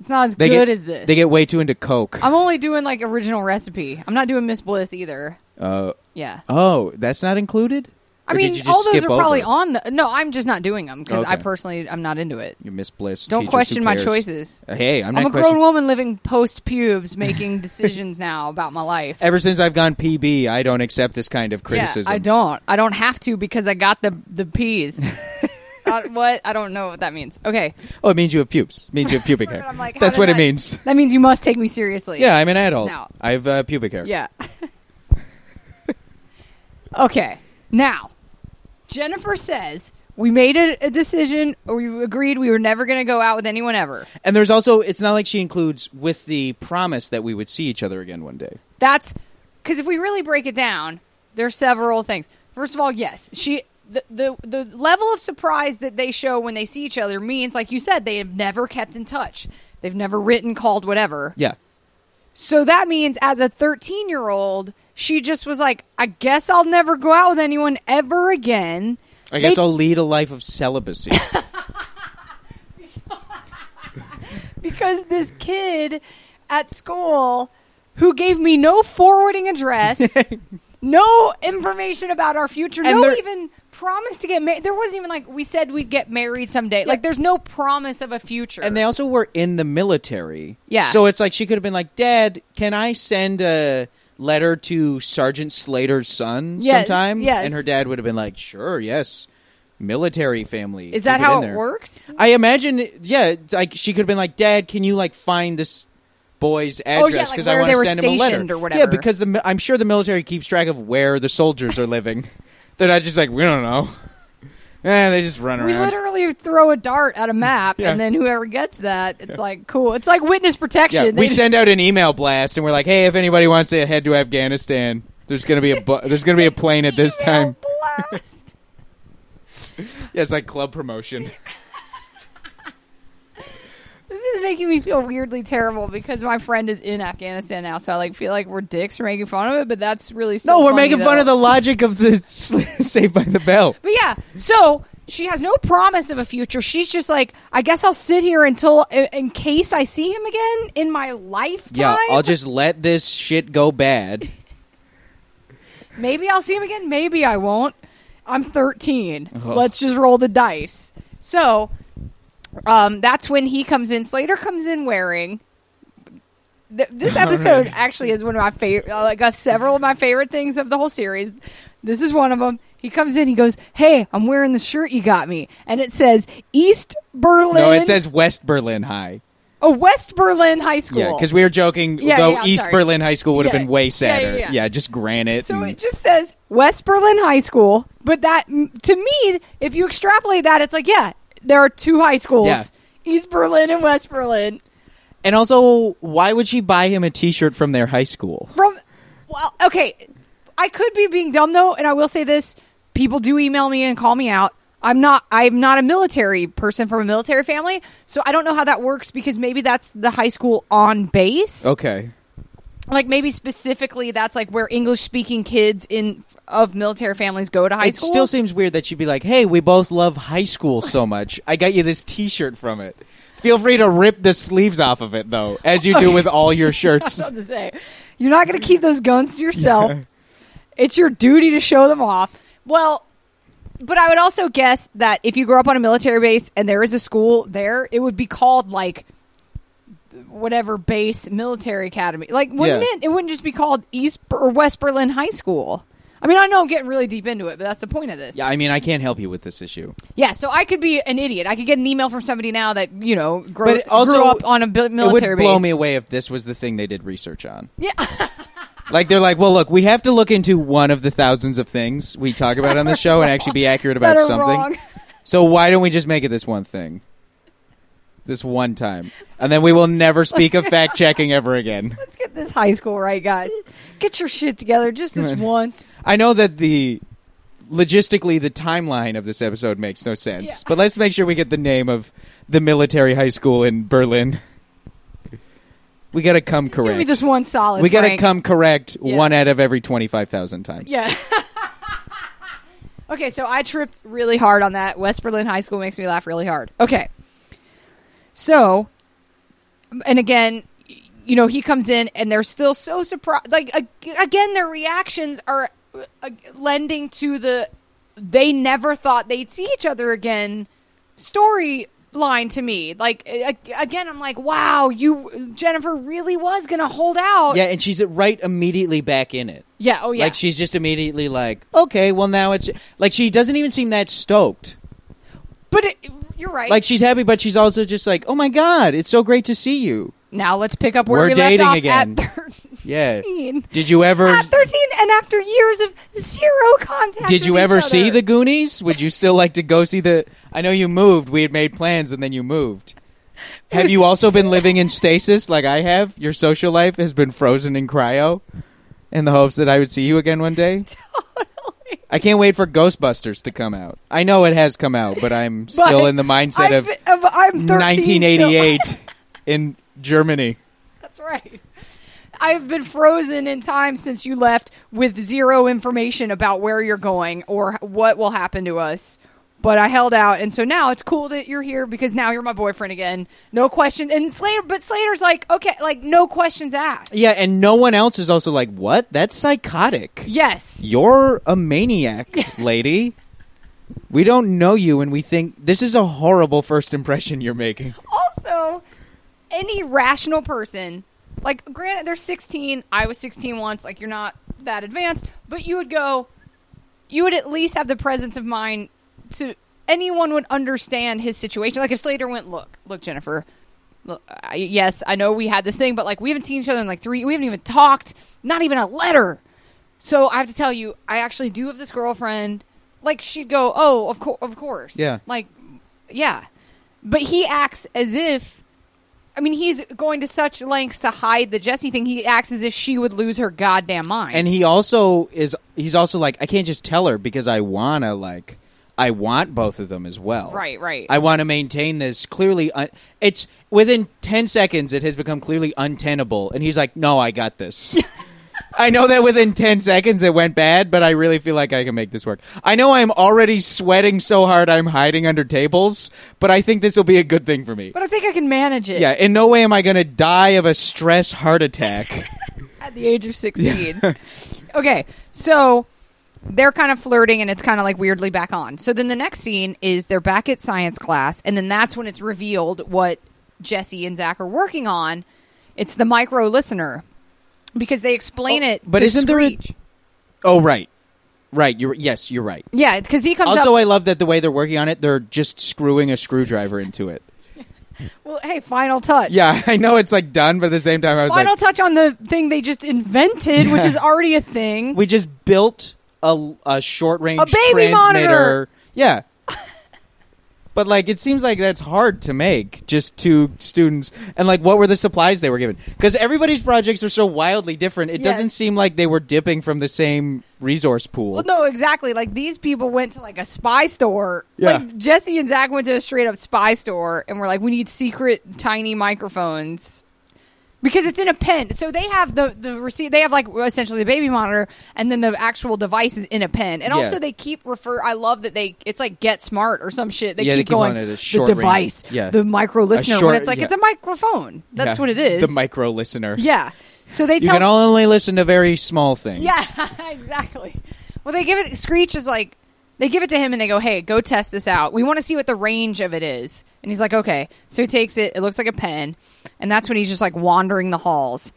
B: It's not as
C: Oh. They
B: good
C: get,
B: as this. Uh,
C: They get way too into Coke.
B: I'm only doing like original recipe. I'm not doing Miss Bliss either.
C: Uh,
B: Yeah.
C: oh, that's not included?
B: I
C: Or did
B: mean,
C: you just
B: all those
C: skip
B: are probably
C: over?
B: on the. No, I'm just not doing them because I
C: Okay.
B: personally I'm not into it.
C: You Miss Bliss.
B: Don't
C: teachers, who
B: question my
C: cares?
B: choices.
C: Uh, Hey, I'm
B: I'm
C: not
B: a
C: question-
B: grown woman living post pubes, making decisions now about my life.
C: Ever since I've gone PB, I don't accept this kind of criticism.
B: Yeah, I don't. I don't have to because I got the the peas. Uh, what? I don't know what that means. Okay.
C: Oh, it means you have pubes. It means you have pubic hair.
B: I'm like, how
C: that's
B: did
C: what it
B: I-
C: means.
B: That means you must take me seriously.
C: Yeah, I'm an adult.
B: No.
C: I have uh, pubic hair.
B: Yeah. okay. Now, Jennifer says we made a, a decision, or we agreed we were never going to go out with anyone ever.
C: And there's also, it's not like she includes with the promise that we would see each other again one day.
B: That's because if we really break it down, there's several things. First of all, yes, she. The, the the level of surprise that they show when they see each other means, like you said, they have never kept in touch. They've never written, called, whatever.
C: Yeah.
B: So that means as a 13 year old, she just was like, I guess I'll never go out with anyone ever again.
C: I guess
B: They-
C: I'll lead a life of celibacy.
B: because this kid at school who gave me no forwarding address, no information about our future,
C: And
B: no
C: there-
B: even promise to get married. There wasn't even like we said we'd get married someday. Like there's no promise of a future.
C: And they also were in the military.
B: Yeah.
C: So it's like she could have been like, Dad, can I send a letter to Sergeant Slater's son
B: Yes,
C: sometime?
B: yes.
C: And her dad would have been like, Sure, yes. Military family.
B: Is that
C: Keep in
B: how it
C: there."
B: works?
C: I imagine, yeah, like she could have been like, Dad, can you like find this boy's address
B: Oh, like
C: because
B: where
C: I
B: they
C: want
B: were
C: to send him a letter
B: stationed or
C: Yeah,
B: whatever.
C: because the mi- I'm sure the military keeps track of where the soldiers are living. They're not just like we don't know. Eh, they just run
B: We
C: around.
B: literally throw a dart at a map,
C: Yeah.
B: and then whoever gets that, it's like cool. It's like witness protection.
C: Yeah, we
B: They-
C: send out an email blast, and we're like, "Hey, if anybody wants to head to Afghanistan, there's gonna be a bu- there's gonna be a plane at this time."
B: Blast.
C: Yeah, it's like club promotion.
B: This is making me feel weirdly terrible because my friend is in Afghanistan now, so I like feel like we're dicks for making fun of it. But that's really so
C: No, Oh, we're
B: funny,
C: making fun
B: though.
C: of the logic of the Saved by the Bell.
B: But yeah, so she has no promise of a future. She's just like, I guess I'll sit here until i- in case I see him again in my lifetime.
C: Yeah, I'll just let this shit go bad.
B: maybe I'll see him again. Maybe I won't. I'm 13.
C: Uh-huh.
B: Let's just roll the dice. So um, that's when he comes in. Slater comes in wearing. Th- this episode actually is one of my favorite, like uh, several of my favorite things of the whole series. This is one of them. He comes in. He goes, "Hey, I'm wearing the shirt you got me," and it says East Berlin.
C: No, it says West Berlin High.
B: a West Berlin high school.
C: Yeah, because we were joking.
B: Yeah,
C: though
B: yeah, I'm
C: East
B: sorry.
C: Berlin High School would have
B: Yeah,
C: been way
B: yeah,
C: sadder.
B: yeah, yeah.
C: just granite.
B: So
C: and-
B: it just says West Berlin High School, but that m- to me, if you extrapolate that, it's like yeah, there are two high schools,
C: Yeah.
B: East Berlin and West Berlin.
C: and also, why would she buy him a T-shirt from their high school?
B: From well, okay, I could be being dumb though, and I will say this: people do email me and call me out. I'm not. I'm not a military person from a military family, so I don't know how that works because maybe that's the high school on base.
C: Okay,
B: Like maybe specifically, that's like where English speaking kids in of military families go to high
C: it
B: school.
C: still seems weird that she'd be like, "Hey, we both love high school so much. I got you this T-shirt from it. Feel free to rip the sleeves off of it, though, as you do with all your shirts."
B: That's what to say. You're not going to keep those guns to yourself. It's your duty to show them off. Well, but I would also guess that if you grow up on a military base and there is a school there, it would be called like whatever base military academy. Like wouldn't
C: Yeah.
B: it? It wouldn't just be called East Ber- or West Berlin High School. I mean, I know I'm getting really deep into it, but that's the point of this.
C: yeah, I mean, I can't help you with this issue.
B: Yeah, so I could be an idiot. I could get an email from somebody now that you know grow,
C: But it also,
B: grew up on a bi- military
C: it would blow
B: base.
C: me away if this was the thing they did research on. Yeah. like they're like, well, look, we have to look into one of the thousands of things we talk about on the show and actually be accurate about
B: That are
C: something.
B: wrong.
C: So why don't we just make it this one thing? This one time. And then we will never speak of fact checking ever again.
B: Let's get this high school right, guys. Get your shit together just this
C: Right.
B: once.
C: I know that the logistically the timeline of this episode makes no sense.
B: Yeah.
C: But let's make sure we get the name of the military high school in Berlin. We gotta come correct.
B: Give me this one solid.
C: we got to
B: Frank.
C: come correct
B: Yeah.
C: one out of every 25,000 times.
B: Yeah. okay, so I tripped really hard on that. West Berlin High School makes me laugh really hard. Okay. So, and again, y- you know, he comes in and they're still so surprised. Like, ag- again, their reactions are uh, ag- lending to the they never thought they'd see each other again storyline to me. Like, a- again, I'm like, wow, you, Jennifer really was going to hold out.
C: Yeah, and she's right immediately back in it.
B: Yeah. Oh, yeah.
C: Like she's just immediately like, "Okay, well now it's like she doesn't even seem that stoked.
B: but it, you're right.
C: Like she's happy but she's also just like, "Oh my god, it's so great to see you."
B: Now let's pick up where
C: We're
B: we
C: dating
B: left off
C: again.
B: at 13.
C: Yeah. Did you ever
B: At 13 and after years of zero contact.
C: Did
B: with
C: you
B: each
C: ever see
B: other.
C: the Goonies? Would you still like to go see the I know you moved. We had made plans and then you moved. Have you also been living in stasis like I have? Your social life has been frozen in cryo in the hopes that I would see you again one day?
B: Oh, Totally.
C: I can't wait for Ghostbusters to come out. I know it has come out, but I'm still
B: But
C: in the mindset
B: I'm,
C: of
B: I'm 13 still.
C: 1988 in Germany.
B: That's right. I've been frozen in time since you left with zero information about where you're going or what will happen to us. But I held out, and so now it's cool that you're here because now you're my boyfriend again. No questions. And Slater, but Slater's like, okay, like no questions asked.
C: Yeah, and no one else is also like, "What? That's psychotic."
B: Yes.
C: You're a maniac, lady. We don't know you, and we think this is a horrible first impression you're making.
B: also any rational person like granted they're 16 i was 16 once like you're not that advanced but you would go you would at least have the presence of mind to anyone would understand his situation like if slater went look look jennifer look, I, yes i know we had this thing but like we haven't seen each other in like three we haven't even talked not even a letter so i have to tell you i actually do have this girlfriend like she'd go oh of, course of course
C: Yeah.
B: like yeah but he acts as if I mean, he's going to such lengths to hide the Jesse thing. He acts as if she would lose her goddamn mind.
C: And he also is. He's also like, I can't just tell her because I wanna like, I want both of them as well.
B: Right, right.
C: I want to maintain this. Clearly, un- it's within ten seconds. It has become clearly untenable, and he's like, "No, I got this." I know that within 10 seconds it went bad, but I really feel like I can make this work. I know I'm already sweating so hard I'm hiding under tables, but I think this will be a good thing for me.
B: but I think I can manage it.
C: Yeah, in no way am I going to die of a stress heart attack.
B: at the age of 16. okay, so they're kind of flirting and it's kind of like weirdly back on. So then the next scene is they're back at science class, and then that's when it's revealed what Jesse and Zach are working on. It's the micro listener because they explain it.
C: Oh, but
B: to
C: isn't there a-
B: Screech.
C: oh, right. Right. You're yes. You're right.
F: Yeah, because he comes
C: Also,
F: up.
C: I love that the way they're working on it, they're just screwing a screwdriver into it.
B: Well, hey, final touch.
C: Yeah, I know it's like done, but at the same time, I was
B: Final
C: like,
B: touch on the thing they just invented, which
C: Yeah.
B: is already a thing.
C: we just built a, a short range
B: A baby
C: transmitter.
B: monitor!
C: Yeah. But like it seems like that's hard to make just to students and like what were the supplies they were given? Cuz everybody's projects are so wildly different. It
B: Yes.
C: doesn't seem like they were dipping from the same resource pool.
B: Well, no, exactly. Like these people went to like a spy store.
C: Yeah.
B: Like Jesse and Zach went to a straight up spy store and were like, we need secret tiny microphones. Because it's in a pen. So they have the, the receipt they have like essentially the baby monitor and then the actual device is in a pen. And
C: Yeah.
B: also they keep refer I love that they it's like get smart or some shit. They
C: Yeah,
B: keep
C: they keep
B: going
C: on it as
B: the
C: short range.
B: device.
C: Yeah.
B: The micro listener
C: short-
B: when it's like
C: yeah.
B: it's a microphone. That's
C: Yeah.
B: what it is.
C: The micro listener.
B: Yeah. So they
C: You
B: tell
C: can only listen to very small things.
B: yeah, exactly. Well, they give it. Screech is like they give it to him and they go, "Hey, go test this out. We want to see what the range of it is." And he's like, "Okay." So he takes it. It looks like a pen, and that's when he's just like wandering the halls,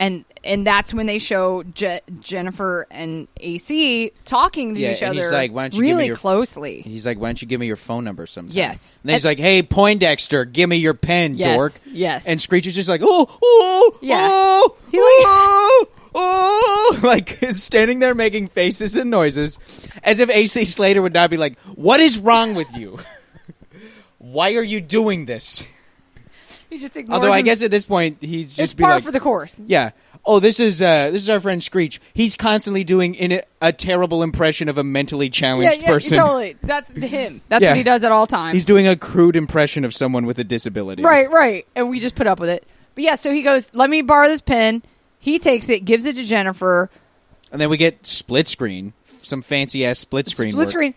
B: and and that's when they show Je- Jennifer and AC talking to
C: Yeah,
B: each
C: and
B: other
C: he's like, "Why don't you give me
B: really
C: your-
B: closely.
C: He's like, "Why don't you give me your phone number sometime?"
B: Yes.
C: And then he's
B: And-
C: like, "Hey, Poindexter, give me your pen,
B: Yes,
C: dork."
B: yes.
C: And Screech is just like, "Oh, oh,
B: Yeah.
C: oh,
B: He like-
C: oh, oh," like is standing there making faces and noises, as if AC Slater would not be like, "What is wrong with you? Why are you doing this?"
B: he just ignores
C: Although I
B: him.
C: guess at this point he'd just
B: it's
C: be
B: par
C: like,
B: for the course.
C: "Yeah." Oh, this is uh, this is our friend Screech. He's constantly doing in a, a terrible impression of a mentally
B: Yeah,
C: challenged
B: yeah,
C: person.
B: totally. That's him. That's
C: Yeah.
B: what he does at all times.
C: He's doing a crude impression of someone with a disability.
B: Right, right. And we just put up with it. But yeah, so he goes, let me borrow this pen. He takes it, gives it to Jennifer.
C: And then we get split screen, some fancy ass split screen.
B: Split
C: work.
B: screen.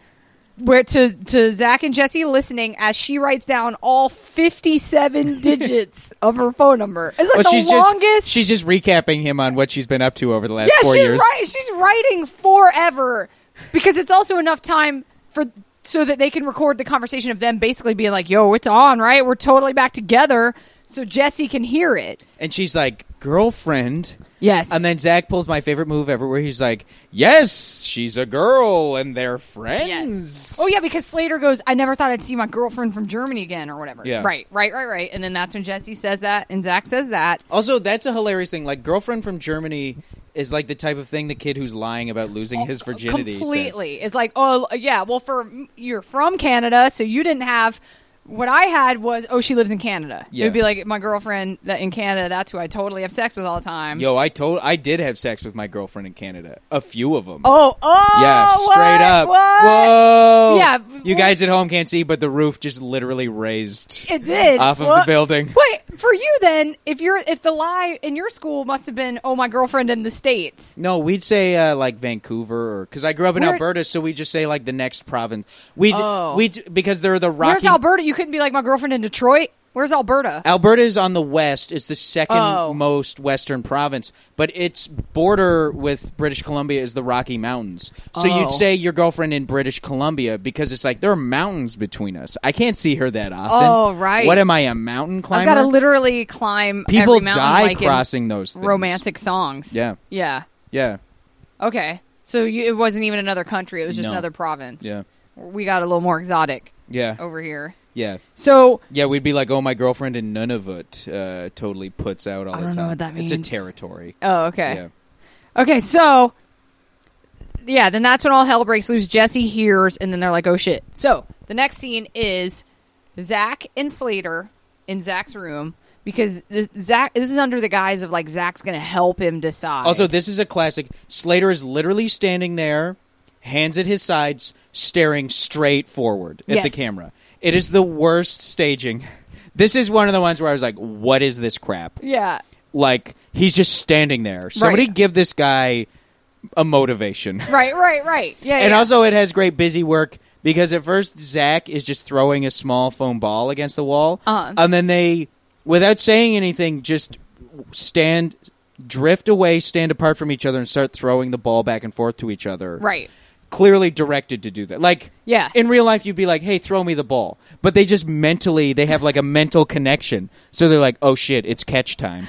B: Where to to Zach and Jesse listening as she writes down all fifty seven digits of her phone number. It's
C: Well,
B: like
C: she's
B: the longest.
C: just she's just recapping him on what she's been up to over the last
B: yeah,
C: four
B: she's
C: years.
B: right. She's writing forever because it's also enough time for so that they can record the conversation of them basically being like, "Yo, it's on, right? We're totally back together." So Jesse can hear it.
C: And she's like, girlfriend.
B: Yes,
C: And then Zach pulls my favorite move ever, where he's like, "Yes, she's a girl, and they're friends."
B: Oh yeah, because Slater goes, "I never thought I'd see my girlfriend from Germany again," or whatever.
C: Yeah.
B: Right, right, right, right. And then that's when Jesse says that, and Zach says that.
C: Also, that's a hilarious thing. Like, girlfriend from Germany is like the type of thing the kid who's lying about losing his virginity says.
B: Oh, completely. It's like, oh yeah, well, for you're from Canada, so you didn't have. What I had was, oh, she lives in Canada. It
C: Yeah.
B: would be like my girlfriend that in Canada. That's who I totally have sex with all the time.
C: Yo, I told I did have sex with my girlfriend in Canada. A few of them.
B: Oh, oh,
C: Yeah, straight
B: what?
C: up.
B: What?
C: Whoa.
B: Yeah,
C: You
B: wh-
C: guys at home can't see, but the roof just literally raised.
B: It did
C: Off of the
B: Whoops.
C: building.
B: Wait for you then. If you're if the lie in your school must have been, oh, my girlfriend in the states.
C: No, we'd say uh, like Vancouver, or because I grew up in
B: Where-
C: Alberta, so we just say like the next province. We
B: Oh.
C: would we because they're the Rocky.
B: Where's Alberta? You couldn't be like my girlfriend in Detroit. Where's Alberta?
C: Alberta is on the west; it's the second
B: Oh.
C: most western province, but its border with British Columbia is the Rocky Mountains. So
B: Oh.
C: you'd say your girlfriend in British Columbia because it's like there are mountains between us. I can't see her that often.
B: Oh, right.
C: What am I, a mountain
B: I've
C: climber?
B: got to literally climb.
C: People
B: every mountain
C: die
B: like in
C: crossing those things.
B: romantic songs.
C: Yeah.
B: yeah.
C: Yeah.
B: Okay, so you, it wasn't even another country; it was just
C: No.
B: another province.
C: Yeah.
B: we got a little more exotic
C: Yeah.
B: over here.
C: Yeah.
B: So
C: Yeah, we'd be like, oh, my girlfriend in Nunavut uh, totally puts out all
B: I
C: the
B: don't know
C: time.
B: what that
C: It's
B: means.
C: a territory.
B: Oh, okay.
C: Yeah.
B: Okay, so yeah, then that's when all hell breaks loose. Jesse hears, and then they're like, "Oh shit!" So the next scene is Zach and Slater in Zach's room because th- Zach. This is under the guise of like Zach's going to help him decide.
C: Also, this is a classic. Slater is literally standing there, hands at his sides, staring straight forward at the
B: Yes.
C: camera. It is the worst staging. This is one of the ones where I was like, what is this crap?
B: yeah,
C: Like, he's just standing there. Somebody
B: Right.
C: give this guy a motivation.
B: right, right, right. Yeah,
C: And
B: yeah.
C: also, it has great busy work because at first Zach is just throwing a small foam ball against the wall,
B: Uh-huh.
C: and then they, without saying anything, just stand, drift away, stand apart from each other, and start throwing the ball back and forth to each other.
B: right.
C: Clearly directed to do that. Like,
B: Yeah.
C: In real life, you'd be like, "Hey, throw me the ball," but they just mentally they have like a mental connection, so they're like, "Oh shit, it's catch time."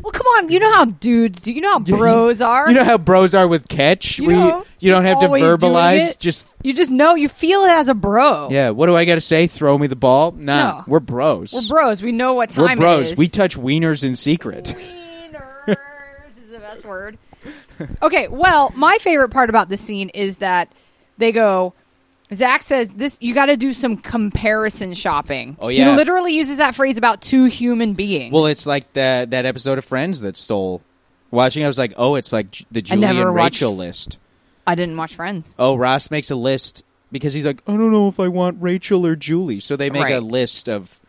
B: Well, come on. You know how dudes do. You know how bros are.
C: You know how bros are with catch?
B: You
C: we
B: know.
C: You don't
B: He's
C: have to
B: always doing
C: verbalize.
B: it.
C: Just
B: You just know. You feel it as a bro.
C: yeah. What do I got to say? Throw me the ball? Nah,
B: No.
C: we're bros.
B: We're bros. We know what time
C: We're
B: it
C: bros.
B: is.
C: We touch wieners in secret.
F: Wieners is the best word.
B: Okay, well, my favorite part about this scene is that they go. Zach says this. You got to do some comparison shopping.
C: Oh, yeah.
B: he literally uses that phrase about two human beings.
C: Well, it's like that that episode of Friends that stole. Watching, I was like, oh, it's like J- the Julie
B: never
C: and
B: watched-
C: Rachel list.
B: I didn't watch Friends.
C: Oh, Ross makes a list because he's like, I don't know if I want Rachel or Julie. So they make a
B: Right.
C: list of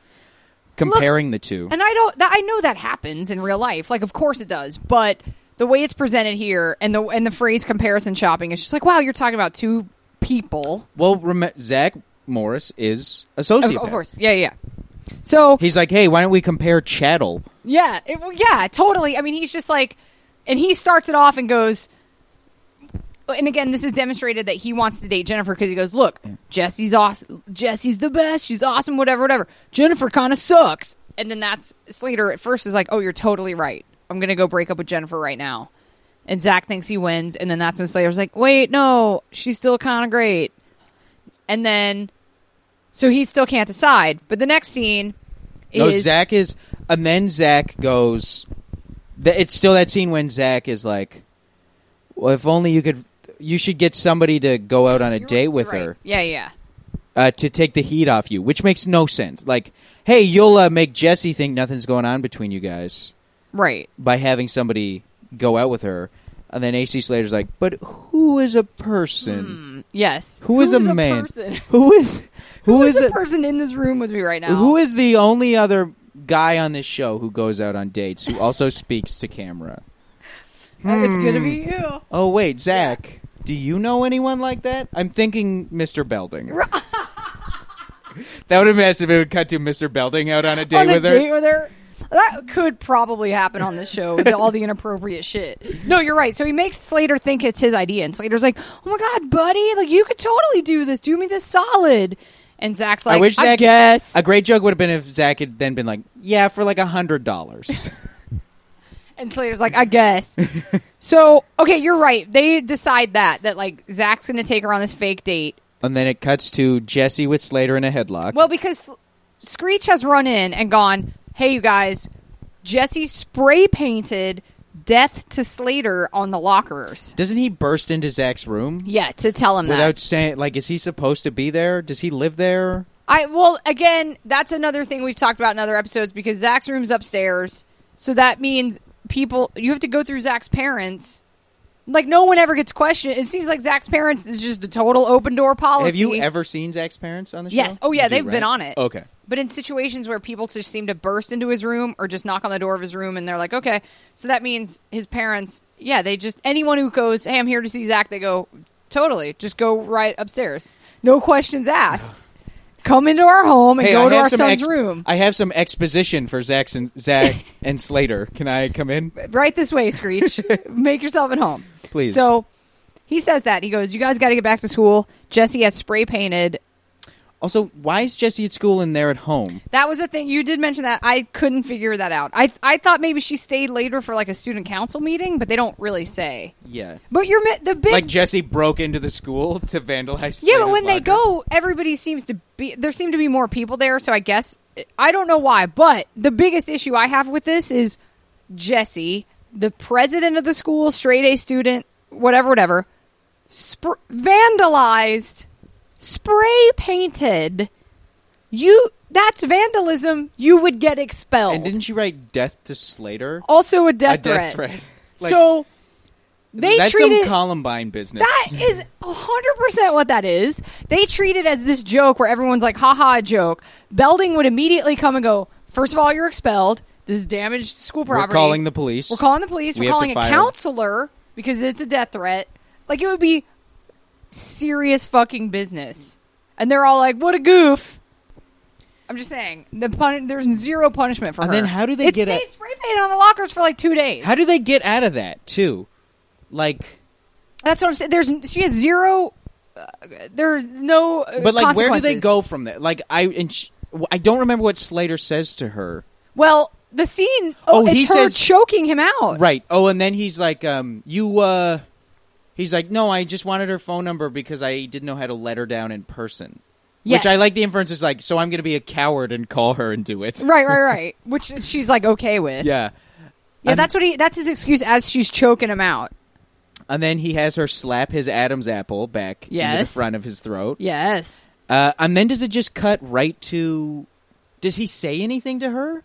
C: comparing the two.
B: And I don't. That, I know that happens in real life. Like, of course it does. But the way it's presented here, and the and the phrase comparison shopping is just like, wow, you're talking about two people.
C: Well, rem- Zach Morris is a
B: Of,
C: sociopath.
B: of course, yeah, yeah. yeah. So
C: He's like, hey, why don't we compare chattel?
B: Yeah, it, well, yeah, totally. I mean, he's just like, and he starts it off and goes, and again, this is demonstrated that he wants to date Jennifer because he goes, "Look, Jesse's awesome. Jesse's the best. She's awesome. Whatever, whatever. Jennifer kind of sucks." And then that's Slater. At first, is like, "Oh, you're totally right. I'm gonna go break up with Jennifer right now." And Zach thinks he wins, and then that's when Slater's like, "Wait, no, she's still kind of great." And then, so he still can't decide. But the next scene
C: No,
B: is
C: Zach is. And then Zach goes. Th- it's still that scene when Zach is like, well, if only you could. You should get somebody to go out on a date with
B: Right.
C: her
B: Yeah, yeah.
C: uh, to take the heat off you, which makes no sense. Like, hey, you'll uh, make Jesse think nothing's going on between you guys
B: Right.
C: by having somebody go out with her. And then AC Slater's like, but who is a person?
B: Yes.
C: Who is,
B: Hmm. Who is
C: a
B: a
C: man?
B: person?
C: Who is
B: Who is the person in this room with me right now?
C: Who is the only other guy on this show who goes out on dates who also speaks to camera?
B: Oh, It's gonna be you.
C: Oh wait, Zach, do you know anyone like that? I'm thinking Mr. Belding. that would have been nice if it would cut to Mr. Belding out on a date
B: on a
C: with her.
B: date with her. That could probably happen on this show. with all the inappropriate shit. No, you're right. So he makes Slater think it's his idea, and Slater's like, "Oh my god, buddy! Like you could totally do this. Do me this solid." And Zach's like,
C: I
B: "I,
C: wish Zach.
B: guess."
C: A great joke would have been if Zach had then been like, "Yeah, for like a hundred dollars."
B: And Slater's like, I guess. so, okay, you're right. They decide that, that like Zach's going to take her on this fake date.
C: And then it cuts to Jesse with Slater in a headlock.
B: Well, because Screech has run in and gone, hey, you guys, Jesse spray painted death to Slater on the lockers.
C: Doesn't he burst into Zach's room
B: Yeah, to tell him
C: without
B: that.
C: saying? Like, is he supposed to be there? Does he live there?
B: I well, again, that's another thing we've talked about in other episodes because Zach's room's upstairs, so that means people you have to go through Zach's parents. Like no one ever gets questioned. It seems like Zach's parents is just a total open door policy.
C: Have you ever seen Zach's parents on the show?
B: Yes. Oh yeah,
C: You do,
B: they've been
C: right?
B: on it.
C: Okay.
B: But in situations where people just seem to burst into his room or just knock on the door of his room and they're like, okay, so that means his parents, yeah, they just, anyone who goes, hey, I'm here to see Zach, they go, totally, just go right upstairs. No questions asked. Come into our home and
C: Hey,
B: go
C: I
B: to
C: have
B: our
C: some
B: son's
C: ex-
B: room.
C: I have some exposition for Zach and Zach and Slater. Can I come in?
B: right this way, Screech. Make yourself at home.
C: Please.
B: So he says that. He goes, you guys got to get back to school. Jesse has spray painted
C: Also, why is Jesse at school and they're at home?
B: That was a thing you did mention that I couldn't figure that out. I I thought maybe she stayed later for like a student council meeting, but they don't really say.
C: Yeah.
B: But you're mi- the big
C: Like Jesse broke into the school to vandalize.
B: yeah. But
C: Slater's
B: when they
C: locker.
B: go, everybody seems to be there. Seem to be more people there, so I guess I don't know why. But the biggest issue I have with this is Jesse, the president of the school, straight A student, whatever, whatever, sp- vandalized, spray painted. You that's vandalism. You would get expelled.
C: and didn't she write "Death to Slater"?
B: also a
C: a
B: Oh, death
C: death
B: threat.
C: threat. Like,
B: so they
C: that's
B: treated
C: some Columbine business.
B: that is hundred percent what that is. They treat it as this joke where everyone's like, "haha, a joke." Belding would immediately come and go. First of all, you're expelled. This is damaged school
C: We're
B: property.
C: calling the police.
B: We're calling the police.
C: We
B: We're
C: have to
B: calling a
C: fire-
B: counselor because it's a death threat. Like it would be serious fucking business. And they're all like, "What a goof." I'm just saying, the pun- there's zero punishment for
C: And
B: her.
C: then how do they
B: it
C: get a-
B: stayed spray painted on the lockers for like two days?
C: How do they get out of that too? Like.
B: That's what I'm saying. There's she has zero. Uh, there's no. Uh,
C: But like, where do they
B: consequences.
C: go from there? Like, I and sh I don't remember what Slater says to her.
B: Well, the scene.
C: Oh,
B: Oh, it's
C: he
B: her
C: says-
B: choking him out.
C: Right. Oh, and then he's like, um, you, uh, He's like, no, I just wanted her phone number because I didn't know how to let her down in person.
B: Yes.
C: Which I like the inference is like, so I'm going to be a coward and call her and do it.
H: Right, right, right. Which she's like okay with.
C: Yeah.
H: Yeah, that's what he. That's his excuse as she's choking him out.
C: And then he has her slap his Adam's apple back into
B: Yes.
C: the front of his throat.
B: Yes.
C: Uh, and then does it just cut right to. Does he say anything to her?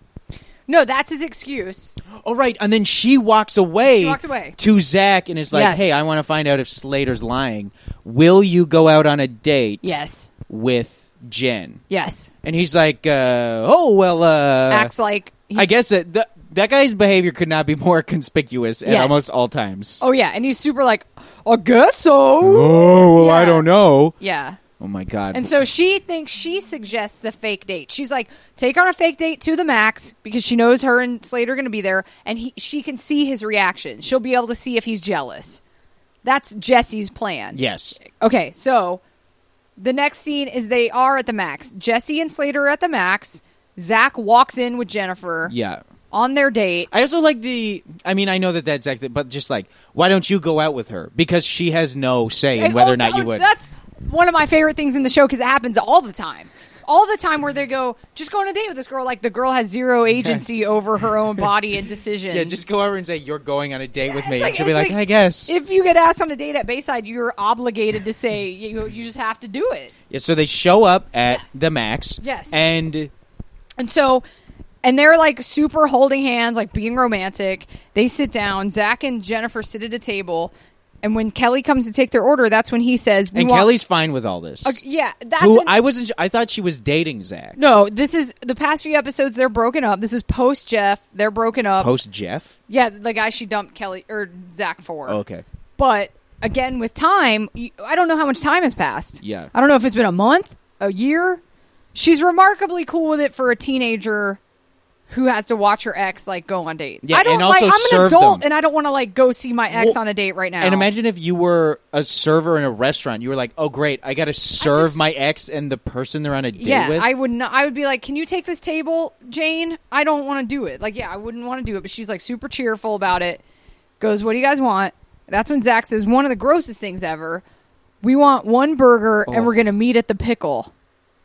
H: No, that's his excuse.
C: Oh, right. And then she walks away.
H: She walks away.
C: To Zach and is like,
B: Yes.
C: hey, I want to find out if Slater's lying. Will you go out on a date
B: Yes.
C: with Jen?
B: Yes.
C: And he's like, uh, oh, well, uh.
B: Acts like he,
C: I guess that th- that guy's behavior could not be more conspicuous at
B: Yes.
C: almost all times.
B: Oh yeah, and he's super like
H: I guess so.
C: Oh, well,
B: Yeah.
C: know.
B: yeah.
C: Oh my god.
B: And so she thinks she suggests the fake date. She's like, take her on a fake date to the max because she knows her and Slater are going to be there, and he, she can see his reaction. She'll be able to see if he's jealous. That's Jesse's plan.
C: yes.
B: Okay, so the next scene is they are at the max. Jesse and Slater are at the max. Zach walks in with Jennifer
C: Yeah.
B: on their date.
C: I also like the. I mean, I know that that's active, but just like, why don't you go out with her? Because she has no say in
B: Hey,
C: whether
B: oh,
C: or not
B: no,
C: you would.
B: That's one of my favorite things in the show because it happens all the time. All the time where they go, just go on a date with this girl. Like the girl has zero agency over her own body and decisions.
C: yeah, just go over and say you're going on a date with me.
B: It's
C: and she'll be
B: it's
C: like, I guess.
B: If you get asked on a date at Bayside, you're obligated to say, you, you just have to do it.
C: yeah, so they show up at the max.
B: Yes.
C: And
B: And so, and they're like super holding hands, like being romantic. They sit down. Zach and Jennifer sit at a table. And when Kelly comes to take their order, that's when he says, we
C: and
B: want-
C: Kelly's fine with all this.
B: Yeah, that's
C: Who
B: an-
C: I wasn't. I thought she was dating Zach.
B: No, this is the past few episodes. They're broken up. This is post Jeff. They're broken up.
C: Post Jeff.
B: yeah, the guy she dumped Kelly or Zach for.
C: Oh, okay.
B: But again, with time, you- I don't know how much time has passed.
C: Yeah.
B: I don't know if it's been a month, a year. She's remarkably cool with it for a teenager who has to watch her ex like go on dates.
C: Yeah,
B: I don't
C: and also
B: like. I'm an
C: serve
B: adult,
C: them.
B: and I don't want to like go see my ex
C: Well,
B: on a date right now.
C: And imagine if you were a server in a restaurant. You were like, "Oh, great! I got to serve
B: just-
C: my ex and the person they're on a date
B: Yeah,
C: with."
B: I would not. I would be like, "Can you take this table, Jane? I don't want to do it." Like, yeah, I wouldn't want to do it, but she's like super cheerful about it. Goes, "What do you guys want?" That's when Zach says, "One of the grossest things ever. We want one burger, and
C: Oh.
B: we're gonna meet at the pickle."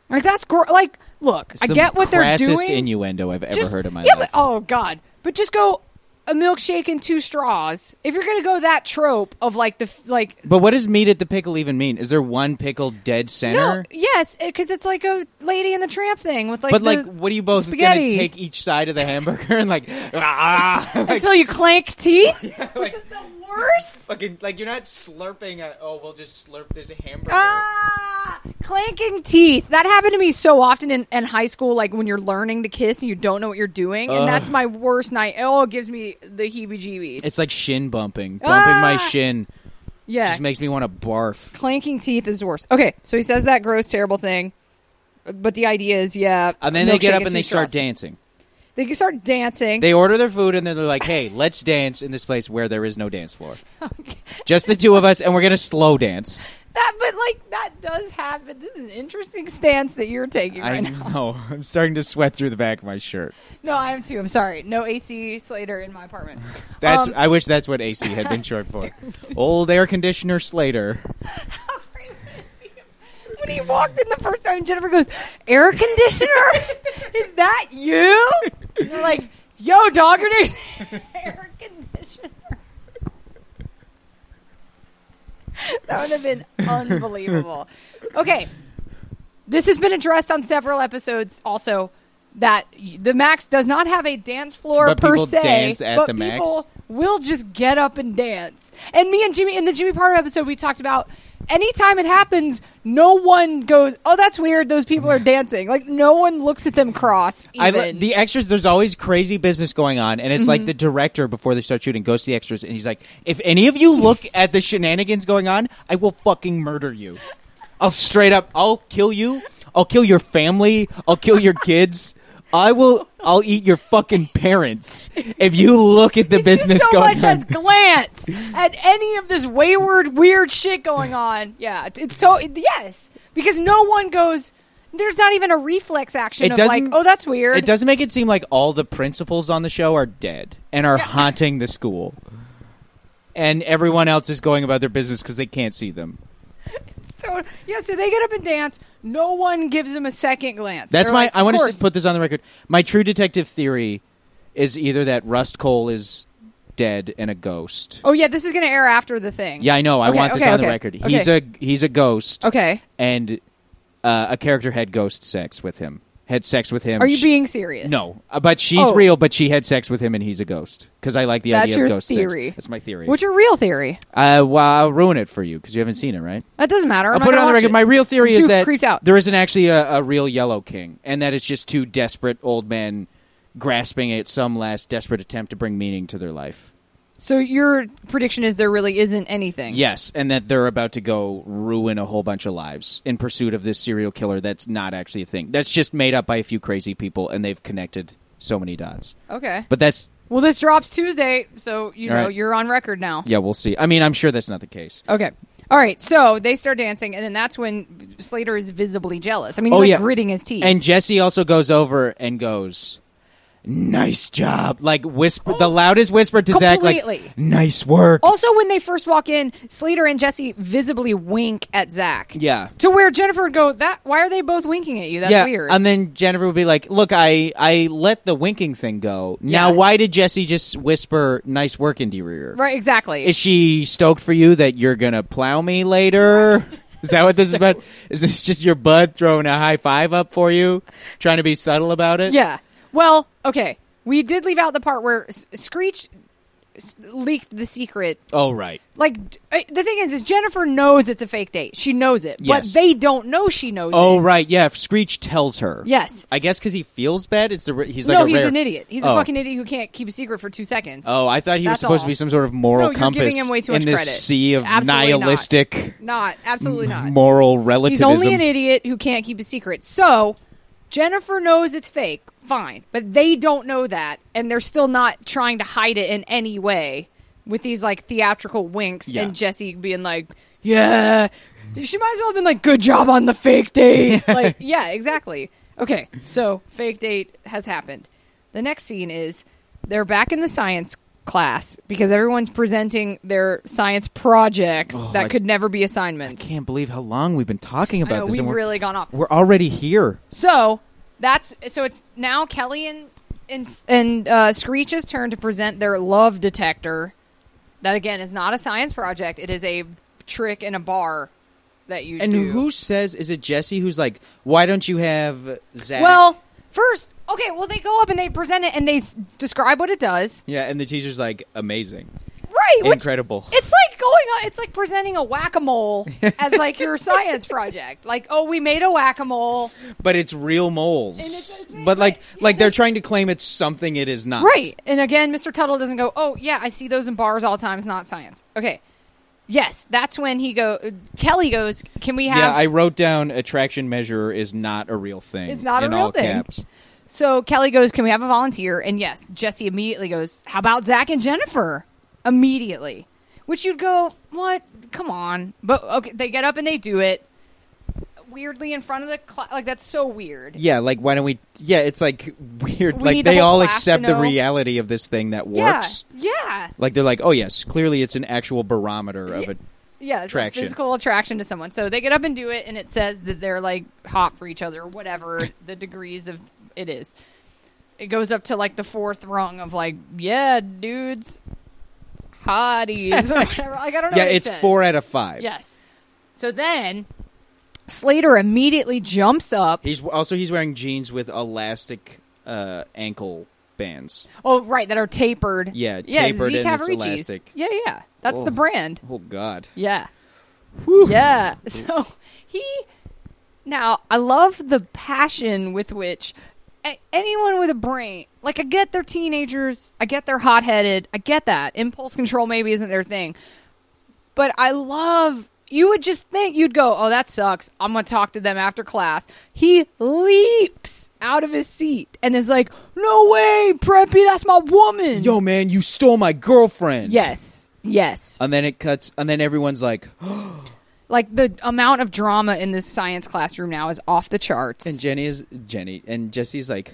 B: Like that's gro- like, look,
C: It's
B: I
C: the
B: get what they're
C: crassest
B: doing.
C: innuendo I've ever
B: Just-
C: heard in my
B: yeah,
C: life.
B: But, oh God! But just go a milkshake and two straws. If you're gonna go that trope of like the f- like
C: But what does meat at the pickle even mean? Is there one pickle dead center?
B: no, yes, because it's like a Lady and the Tramp thing with like.
C: but
B: the
C: like, what are you both
B: spaghetti.
C: gonna take each side of the hamburger and like, ah, like,
B: until you clank teeth,
C: like,
B: which is the worst.
C: fucking, like you're not slurping. A, oh, we'll just slurp this hamburger.
B: Ah, clanking teeth. That happened to me so often in, in high school, like when you're learning to kiss and you don't know what you're doing, and that's my worst night. Oh, it gives me the heebie-jeebies.
C: It's like shin bumping, bumping
B: Ah!
C: my shin.
B: yeah,
C: Just makes me want to barf.
B: clanking teeth is the worst. Okay, so he says that gross, terrible thing. But the idea is, yeah.
C: And then they
B: milkshake
C: get up and
B: two
C: they start
B: straws.
C: dancing.
B: They can start dancing.
C: They order their food and then they're like, "Hey, let's dance in this place where there is no dance floor, just the two of us, and we're gonna slow dance."
B: that, but like that does happen. This is an interesting stance that you're taking right
C: I
B: now.
C: know. I'm starting to sweat through the back of my shirt.
B: No, I am too. I'm sorry. No AC Slater in my apartment.
C: That's.
B: Um,
C: I wish that's what AC had been short for. Old air conditioner Slater.
B: when he walked in the first time, Jennifer goes, "Air conditioner? Is that you?" And they're like, "Yo, dog, your name's air conditioner." That would have been unbelievable. Okay, this has been addressed on several episodes. Also, that y- the Max does not have a dance floor
C: But
B: per
C: people
B: se,
C: dance at
B: but
C: the Max?
B: people will just get up and dance. And me and Jimmy in the Jimmy Pardo episode, we talked about anytime it happens, no one goes, "Oh, that's weird. Those people are dancing." Like no one looks at them cross.
C: I,
B: Even. Mm-hmm.
C: li- the extras. There's always crazy business going on, and it's like the director before they start shooting goes to the extras, and he's like, "If any of you look at the shenanigans going on, I will fucking murder you. I'll straight up. I'll kill you. I'll kill your family. I'll kill your kids." I will. I'll eat your fucking parents if you look at the business
B: so
C: going
B: much
C: on.
B: as glance at any of this wayward, weird shit going on. Yeah, it's- it's to yes because no one goes. There's not even a reflex action
C: It
B: of like,
C: doesn't-
B: oh, that's weird.
C: It doesn't make it seem like all the principals on the show are dead and are haunting the school. and everyone else is going about their business because they can't see them.
B: So yeah, so they get up and dance. No one gives them a second glance.
C: That's
B: They're
C: my.
B: like,
C: I want
B: "Of
C: to put this on the record. My true detective theory is either that Rust Cole is dead and a ghost.
B: Oh yeah, this is gonna air after the thing.
C: Yeah, I know. I
B: Okay,
C: want this
B: okay,
C: on the
B: okay,
C: record. He's
B: okay.
C: a he's a ghost,
B: Okay.
C: and uh, a character had ghost sex with him. Had sex with him.
B: Are you
C: She-
B: being serious?
C: No, uh, but she's
B: Oh.
C: real. But she had sex with him, and he's a ghost. Because I like the
B: That's
C: idea
B: your
C: of ghost
B: theory.
C: sex. That's my theory.
B: What's your real theory?
C: uh, well, I'll ruin it for you because you haven't seen it, right?
B: That doesn't matter. I'm
C: I'll
B: not
C: put it
B: gonna
C: on the
B: watch
C: record. My real theory
B: I'm
C: is
B: too
C: that
B: creeped out.
C: there isn't actually a, a real Yellow King, and that it's just two desperate old men grasping at some last desperate attempt to bring meaning to their life.
B: So your prediction is there really isn't anything.
C: Yes, and that they're about to go ruin a whole bunch of lives in pursuit of this serial killer that's not actually a thing. That's just made up by a few crazy people, and they've connected so many dots.
B: Okay.
C: But that's
B: well, this drops Tuesday, so you
C: All
B: know
C: right.
B: you're on record now.
C: yeah, we'll see. I mean, I'm sure that's not the case.
B: Okay. All right. So they start dancing, and then that's when Slater is visibly jealous. I mean, he's
C: Oh,
B: like
C: yeah.
B: gritting his teeth.
C: And Jesse also goes over and goes, "Nice job!" Like whisper the loudest whisper to Zach,
B: Oh, Completely.
C: like, "Nice work."
B: also, when they first walk in, Slater and Jesse visibly wink at Zach.
C: Yeah.
B: To where Jennifer would go, that why are they both winking at you? That's weird.
C: And then Jennifer would be like, "Look, I I let the winking thing go. Now,
B: Yeah.
C: why did Jesse just whisper nice work into your ear?
B: right, exactly.
C: Is she stoked for you that you're gonna plow me later? Is that what this is about? Is this just your bud throwing a high five up for you, trying to be subtle about it?
B: Yeah. Well, okay. We did leave out the part where S- Screech s- leaked the secret.
C: Oh, right.
B: Like d- uh, the thing is, is Jennifer knows it's a fake date. She knows it,
C: Yes.
B: but they don't know she knows
C: Oh,
B: it.
C: right. Yeah. if Screech tells her.
B: Yes.
C: I guess because he feels bad. It's the re- he's like
B: no,
C: a
B: he's
C: rare-
B: an idiot. He's
C: Oh.
B: a fucking idiot who can't keep a secret for two seconds.
C: Oh, I thought he was
B: That's
C: supposed
B: all.
C: to be some sort of moral
B: No, you're
C: compass
B: giving him way too
C: in
B: much
C: this
B: credit.
C: sea of
B: Absolutely not.
C: nihilistic
B: not absolutely not.
C: moral relativism.
B: He's only an idiot who can't keep a secret. So Jennifer knows it's fake, fine, but they don't know that, and they're still not trying to hide it in any way with these like theatrical winks
C: Yeah.
B: and Jesse being like, "Yeah." She might as well have been like, "Good job on the fake date." like, yeah, exactly. Okay, so fake date has happened. The next scene is they're back in the science class because everyone's presenting their science projects that
C: Oh, I-
B: could never be assignments.
C: can't believe how long we've been talking
B: I
C: about
B: know,
C: this.
B: we've
C: and we're,
B: really gone off.
C: we're already here.
B: So that's so it's now Kelly and and, and uh, Screech's turn to present their love detector. That again is not a science project; it is a trick in a bar that you
C: And
B: do.
C: who says is it Jesse who's like, why don't you have Zach?
B: Well, first, okay, well they go up and they present it and they s- describe what it does.
C: yeah, and the teacher's like, amazing,
B: Right, which-
C: incredible.
B: It's like going on. It's like presenting a whack a mole as like your science project. Like, oh, we made a whack a mole.
C: but it's real moles.
B: it's a thing,
C: but like,
B: but-
C: like they're trying to claim it's something it is not.
B: Right. And again, Mr. Tuttle doesn't go, "Oh, yeah, I see those in bars all the time. It's not science." Okay. Yes, that's when he go Kelly goes, "Can we have
C: Yeah, I wrote down attraction measurer is not a real thing.
B: It's not a
C: in
B: real
C: all
B: thing.
C: Caps.
B: So Kelly goes, "Can we have a volunteer?" And yes, Jesse immediately goes, "How about Zach and Jennifer?" Immediately. Which you'd go, "What? Come on." But okay, they get up and they do it. Weirdly in front of the cla like that's so weird.
C: Yeah, like why don't we? Yeah, it's like weird.
B: We
C: like
B: need the
C: they
B: whole
C: all
B: class to
C: accept the
B: know.
C: reality of this thing that works.
B: Yeah. Yeah.
C: Like they're like, oh yes, clearly it's an actual barometer of it.
B: yeah, it's
C: Attraction.
B: A physical attraction to someone. So they get up and do it, and it says that they're like hot for each other, or whatever the degrees of it is. It goes up to like the fourth rung of like, yeah, dudes, hotties, or whatever. Like I don't know.
C: Yeah,
B: what it
C: it's
B: says.
C: four out of five.
B: Yes. So then Slater immediately jumps up.
C: He's also he's wearing jeans with elastic uh, ankle bands.
B: Oh, right, that are tapered.
C: Yeah,
B: yeah,
C: tapered
B: Z
C: and it's
B: Cavaricci's.
C: elastic.
B: Yeah, yeah, that's
C: Oh.
B: the brand.
C: Oh God!
B: Yeah. Yeah. So he now I love the passion with which a- anyone with a brain, like I get they're teenagers, I get they're hot-headed, I get that impulse control maybe isn't their thing, but I love. You would just think you'd go, "Oh, that sucks. I'm gonna talk to them after class." He leaps out of his seat and is like, "No way, preppy, that's my woman."
C: Yo, man, you stole my girlfriend.
B: Yes, yes.
C: And then it cuts, and then everyone's like,
B: Like the amount of drama in this science classroom now is off the charts.
C: and Jenny is Jenny, and Jesse's like,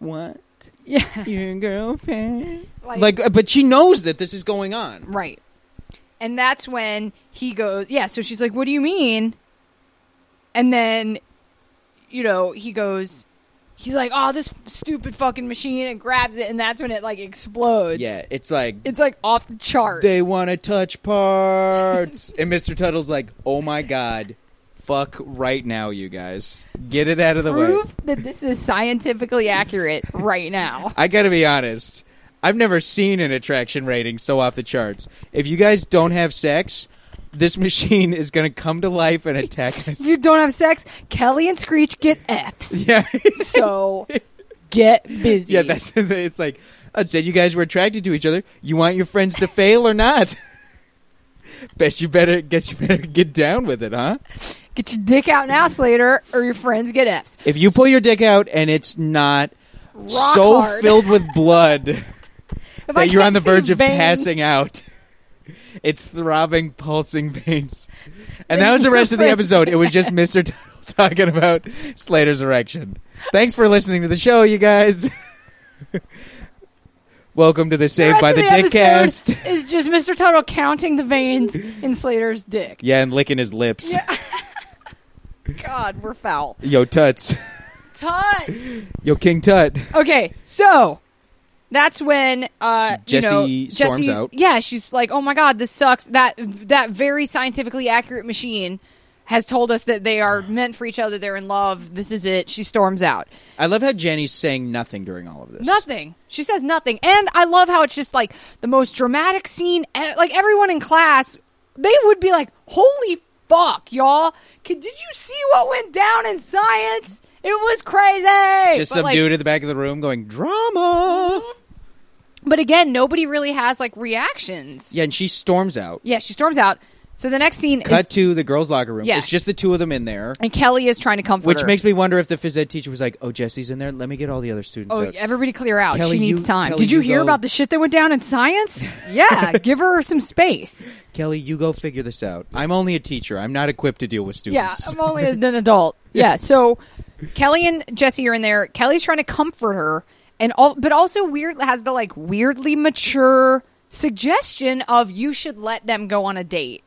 C: what? girlfriend.
B: Yeah.
C: Your girlfriend.
B: Like-
C: Like, uh, but she knows that this is going on.
B: Right. And that's when he goes, yeah, so she's like, what do you mean? And then, you know, he goes, he's like, oh, this stupid fucking machine, and grabs it, and that's when it, like, explodes.
C: yeah, it's like
B: It's, like, off the charts.
C: they want to touch parts, and Mr. Tuttle's like, "Oh my god, fuck right now, you guys, get it out of the way."
B: Prove that this is scientifically accurate right now.
C: I gotta be honest. I've never seen an attraction rating so off the charts. If you guys don't have sex, this machine is gonna come to life and attack us.
B: you don't have sex, Kelly and Screech get Fs.
C: yeah,
B: so get busy.
C: yeah. That's it's like I said. You guys were attracted to each other. You want your friends to fail or not? Best you better guess you better get down with it, huh?
B: Get your dick out
C: Mm-hmm.
B: now, Slater, or your friends get Fs.
C: If you pull your dick out and it's not
B: Rock
C: so
B: hard.
C: filled with blood
B: If I
C: that you're
B: can't
C: on the
B: see
C: verge of
B: veins-
C: passing out, it's throbbing, pulsing veins.
B: Then
C: And that was the
B: your
C: rest of the
B: friends
C: episode. It was just Mr. Tuttle talking about Slater's erection. Thanks for listening to the show, you guys. Welcome to the Saved
B: rest
C: by
B: of
C: the, Dick
B: episode
C: cast.
B: Is just Mr. Tuttle counting the veins in Slater's dick.
C: Yeah, and licking his lips.
B: God, we're foul.
C: Yo, Tuts.
B: Tut.
C: Yo, King Tut.
B: Okay, so that's when uh
C: Jessie
B: you know,
C: storms
B: Jessie-
C: out.
B: Yeah, she's like, "Oh my god, this sucks." That that very scientifically accurate machine has told us that they are meant for each other. They're in love. This is it. She storms out.
C: I love how Jenny's saying nothing during all of this.
B: Nothing. She says nothing. And I love how it's just like the most dramatic scene. E- Like everyone in class, they would be like, "Holy fuck, y'all! Could, did you see what went down in science? It was crazy."
C: Just
B: But,
C: some
B: like- Mm-hmm.
C: dude at the back of the room going, drama.
B: But again, nobody really has like reactions. Yeah,
C: Yeah, and she storms out.
B: she storms out. So the next scene
C: Cut
B: is,
C: to the girls' locker room.
B: Yeah.
C: It's just the two of them in there,
B: and Kelly is trying to comfort
C: which
B: her.
C: makes me wonder if the phys ed teacher was like, "Oh, Jesse's in there. Let me get all the other students
B: Oh,
C: out."
B: everybody clear out.
C: Kelly,
B: she needs
C: you-
B: time.
C: Kelly,
B: Did you,
C: you
B: hear
C: go-
B: about the shit that went down in science? yeah, give her some space.
C: Kelly, you go figure this out. I'm only a teacher. I'm not equipped to deal with
B: Yeah,
C: students.
B: I'm only an adult. Yeah, so Kelly and Jesse are in there. Kelly's trying to comfort her, and all, but also weird has the like weirdly mature suggestion of you should let them go on a date.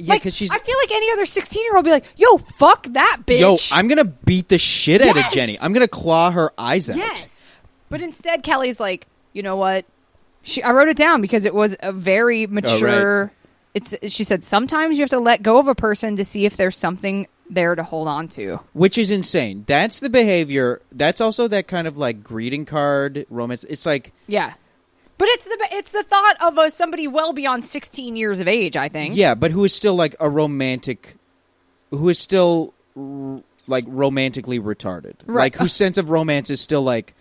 C: yeah,
B: Like,
C: because she's.
B: I feel like any other 16 year old be like, yo, fuck that bitch.
C: Yo, I'm gonna beat the shit out of
B: Yes!
C: Jenny. I'm gonna claw her eyes out.
B: Yes. But instead, Kelly's like, you know what? She, I wrote it down because it was a
C: Oh,
B: very mature. It's. She said sometimes you have to let go of a person to see if there's something there to hold on to.
C: which is insane. That's the behavior. That's also that kind of like greeting card romance. It's like,
B: Yeah. But it's the it's the thought of a, somebody well beyond 16 years of age. I think.
C: yeah, but who is still like a romantic, who is still r- like romantically retarded,
B: Right.
C: like whose sense of romance is still like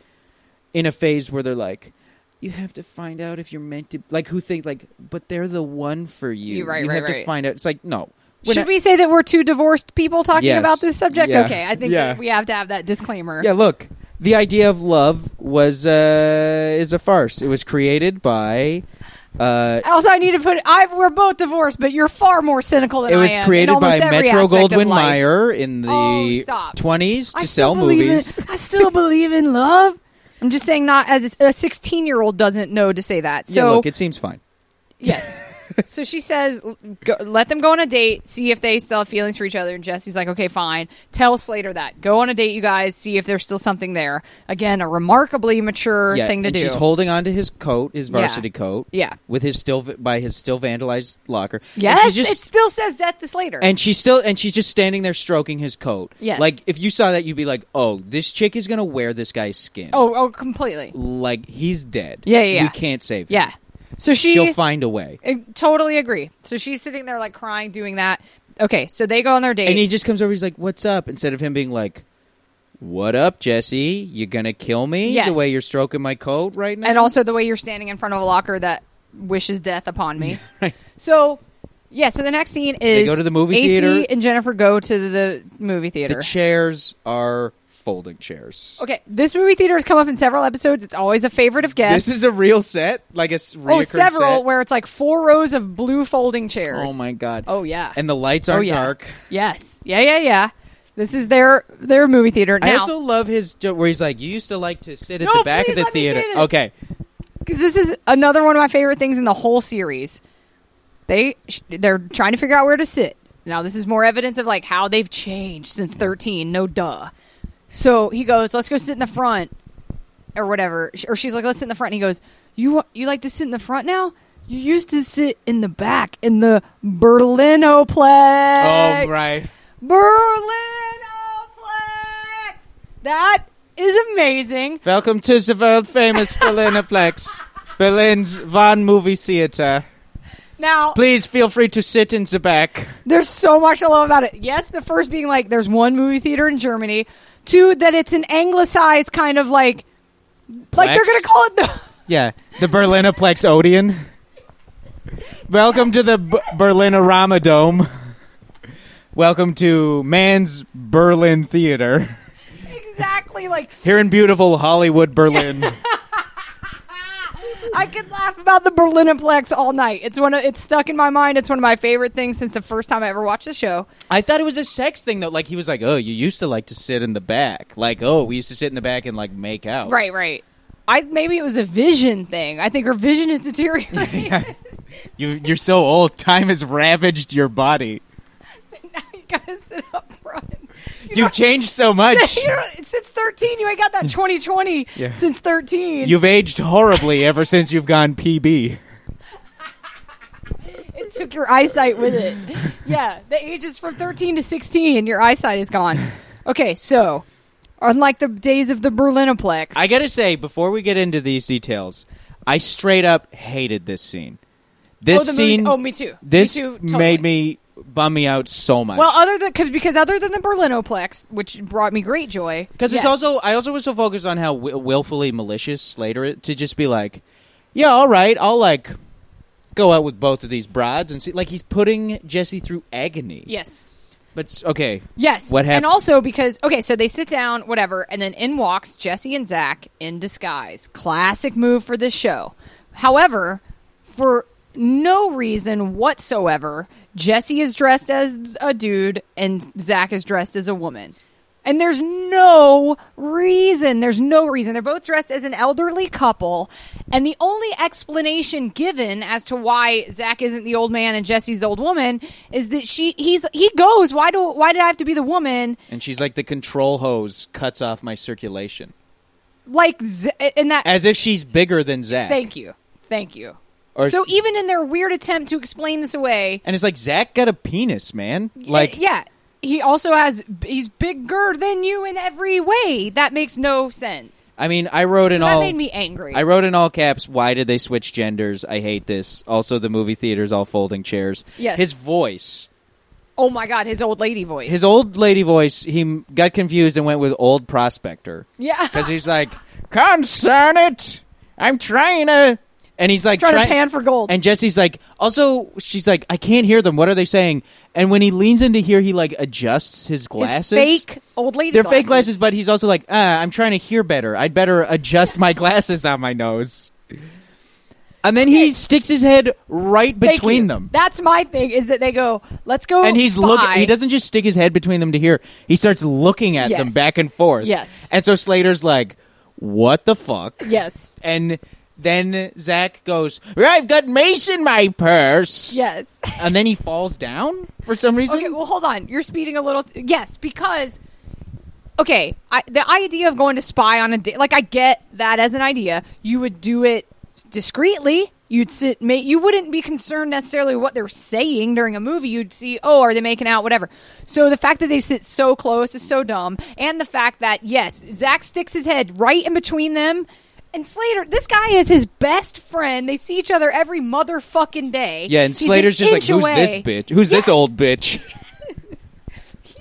C: in a phase where they're like, you have to find out if you're meant to, like who think like, but they're the one for you.
B: You- right,
C: you
B: right,
C: have to
B: right.
C: find out. It's like no. We're
B: Should
C: not-
B: we say that we're two divorced people talking
C: Yes.
B: about this subject?
C: Yeah.
B: Okay, I think
C: Yeah.
B: that we have to have that disclaimer.
C: Yeah, look. The idea of love was uh, is a farce. It was created by uh,
B: Also, I need to put. I we're both divorced, but you're far more cynical than
C: It
B: I
C: was
B: am in
C: created by
B: almost every
C: Metro
B: aspect of
C: Goldwyn
B: life.
C: Mayer in the
B: Oh, stop.
C: 20s to
B: I
C: sell
B: still believe
C: movies.
B: in- I still believe in love. I'm just saying, not as a 16 year old doesn't know to say that. So
C: yeah, look, it seems fine.
B: yes. so she says, l- go, let them go on a date, see if they still have feelings for each other. And Jesse's like, okay, fine. Tell Slater that. Go on a date, you guys. See if there's still something there. Again, a remarkably mature
C: Yeah,
B: thing to
C: and
B: do.
C: she's holding on to his coat, his
B: Yeah.
C: varsity coat.
B: Yeah.
C: with his still by his still vandalized locker. And
B: yes,
C: she's just-
B: it still says death to Slater.
C: and she's still and she's just standing there stroking his coat.
B: Yes.
C: like if you saw that, you'd be like, "Oh, this chick is gonna wear this guy's skin."
B: oh, oh, completely.
C: like he's dead.
B: Yeah, yeah,
C: we
B: yeah.
C: can't save him.
B: Yeah. So she
C: she'll find a way.
B: I totally agree. So she's sitting there like crying, doing that. Okay, so they go on their date.
C: And he just comes over. He's like, "What's up?" Instead of him being like, "What up, Jesse? You gonna kill me
B: Yes.
C: the way you're stroking my coat right now?"
B: and also the way you're standing in front of a locker that wishes death upon me. So, yeah. So the next scene is
C: go to the movie
B: AC
C: theater.
B: and Jennifer go to the movie
C: the
B: theater.
C: chairs are folding chairs.
B: okay, this movie theater has come up in several episodes. It's always a favorite of guests.
C: This is a real set, like a s-
B: oh,
C: reoccurring
B: several
C: set.
B: where it's like four rows of blue folding chairs.
C: Oh my god!
B: Oh yeah.
C: And the lights
B: oh
C: aren't
B: yeah.
C: dark.
B: Yes. Yeah. Yeah. Yeah. This is their their movie theater
C: I
B: now.
C: also love his jo- where he's like, "You used to like to sit at
B: No,
C: the back
B: please
C: of the
B: let me say
C: theater."
B: this.
C: Okay,
B: because this is another one of my favorite things in the whole series. They sh- they're trying to figure out where to sit. Now this is more evidence of like how they've changed since 13. No duh. So he goes, "Let's go sit in the front," or whatever. Sh- Or she's like, "Let's sit in the front." And he goes, "You wa- you like to sit in the front now? You used to sit in the back in the Berlinoplex."
C: Oh, right.
B: Berlinoplex. That is amazing.
C: welcome to the world famous Berlinoplex, Berlin's Van Movie Theater.
B: Now
C: Please feel free to sit in the back.
B: There's so much I love about it. Yes, the first being like there's one movie theater in Germany. Two, that it's an anglicized kind of like like they're
C: Plex?
B: gonna call it the
C: Yeah, the Berlinoplex Odeon. Welcome to the B- Berlinorama Dome. Welcome to Man's Berlin Theater
B: exactly like
C: here in beautiful Hollywood, Berlin.
B: I could laugh about the Berlinplex all night. It's one of it's stuck in my mind. It's one of my favorite things since the first time I ever watched the show.
C: I thought it was a sex thing though. Like he was like, "Oh, you used to like to sit in the back." Like, "Oh, we used to sit in the back and like make out."
B: Right, right. I maybe it was a vision thing. I think her vision is deteriorating.
C: You you're so old. Time has ravaged your body.
B: now you gotta sit up front.
C: You've changed so much.
B: You know, since thirteen, you ain't got that twenty twenty
C: Yeah.
B: since thirteen.
C: You've aged horribly ever since you've gone PB.
B: It took your eyesight with it. Yeah, the ages from 13 to 16, your eyesight is gone. Okay, so unlike the days of the Berlinoplex,
C: I gotta say, before we get into these details, I straight up hated this scene. This
B: oh, the
C: scene.
B: Movie, oh, me too.
C: This
B: me too, totally.
C: made me bum me out so much.
B: Well, other than cause, because other than the Berlinoplex, which brought me great joy,
C: Because
B: yes.
C: it's also, I also was so focused on how wi- willfully malicious Slater is to just be like, yeah, all right, I'll like go out with both of these broads and see. Like he's putting Jesse through agony.
B: yes,
C: But s- okay,
B: yes.
C: What
B: And
C: happened?
B: also because okay, so they sit down, whatever, and then in walks Jesse and Zach in disguise. Classic move for this show. However, for no reason whatsoever, Jesse is dressed as a dude and Zach is dressed as a woman. And there's no reason. There's no reason. They're both dressed as an elderly couple. And the only explanation given as to why Zach isn't the old man and Jesse's the old woman is that she he's he goes, Why do why did I have to be the woman?
C: and she's like the control hose cuts off my circulation,
B: Like Z- in that
C: as if she's bigger than Zach.
B: Thank you. Thank you.
C: Or-
B: so even in their weird attempt to explain this away,
C: And it's like Zach got a penis, man. Like
B: yeah, he also has he's bigger than you in every way. That makes no sense.
C: I mean, I wrote in
B: So
C: all
B: that made me angry.
C: I wrote in all caps, why did they switch genders? I hate this. Also, the movie theater's all folding chairs.
B: Yes.
C: His voice.
B: oh my god, his old lady voice.
C: His old lady voice, he m- got confused and went with old prospector.
B: yeah.
C: Because he's like, concern it. I'm trying to. And he's like,
B: Trying to
C: try-
B: pan for gold.
C: And Jesse's like, also, she's like, I can't hear them. What are they saying? And when he leans in to hear, he like adjusts his
B: His
C: glasses.
B: fake old lady.
C: They're fake glasses, but he's also like, ah, I'm trying to hear better. I'd better adjust my glasses on my nose. And then he sticks his head right
B: Thank
C: between
B: you.
C: them.
B: That's my thing. Is that they go? Let's go.
C: and he's looking.
B: Oh, spy."
C: He doesn't just stick his head between them to hear. He starts looking at them
B: Yes.
C: back and forth.
B: Yes.
C: And so Slater's like, "What the fuck?"
B: Yes.
C: And then Zach goes, "I've got mace in my purse."
B: Yes.
C: And then he falls down for some reason.
B: Okay, well, hold on. You're speeding a little. yes, because okay, I, the idea of going to spy on a date, like I get that as an idea. You would do it discreetly. You'd sit, ma- you wouldn't be concerned necessarily what they're saying during a movie. You'd see, oh, are they making out, whatever. So the fact that they sit so close is so dumb, and the fact that yes, Zach sticks his head right in between them. And Slater, this guy is his best friend. They see each other every motherfucking day.
C: yeah, and
B: He's an
C: Slater's just like,
B: inch
C: "Who's this
B: away."
C: bitch? Who's this
B: Yes.
C: old bitch?"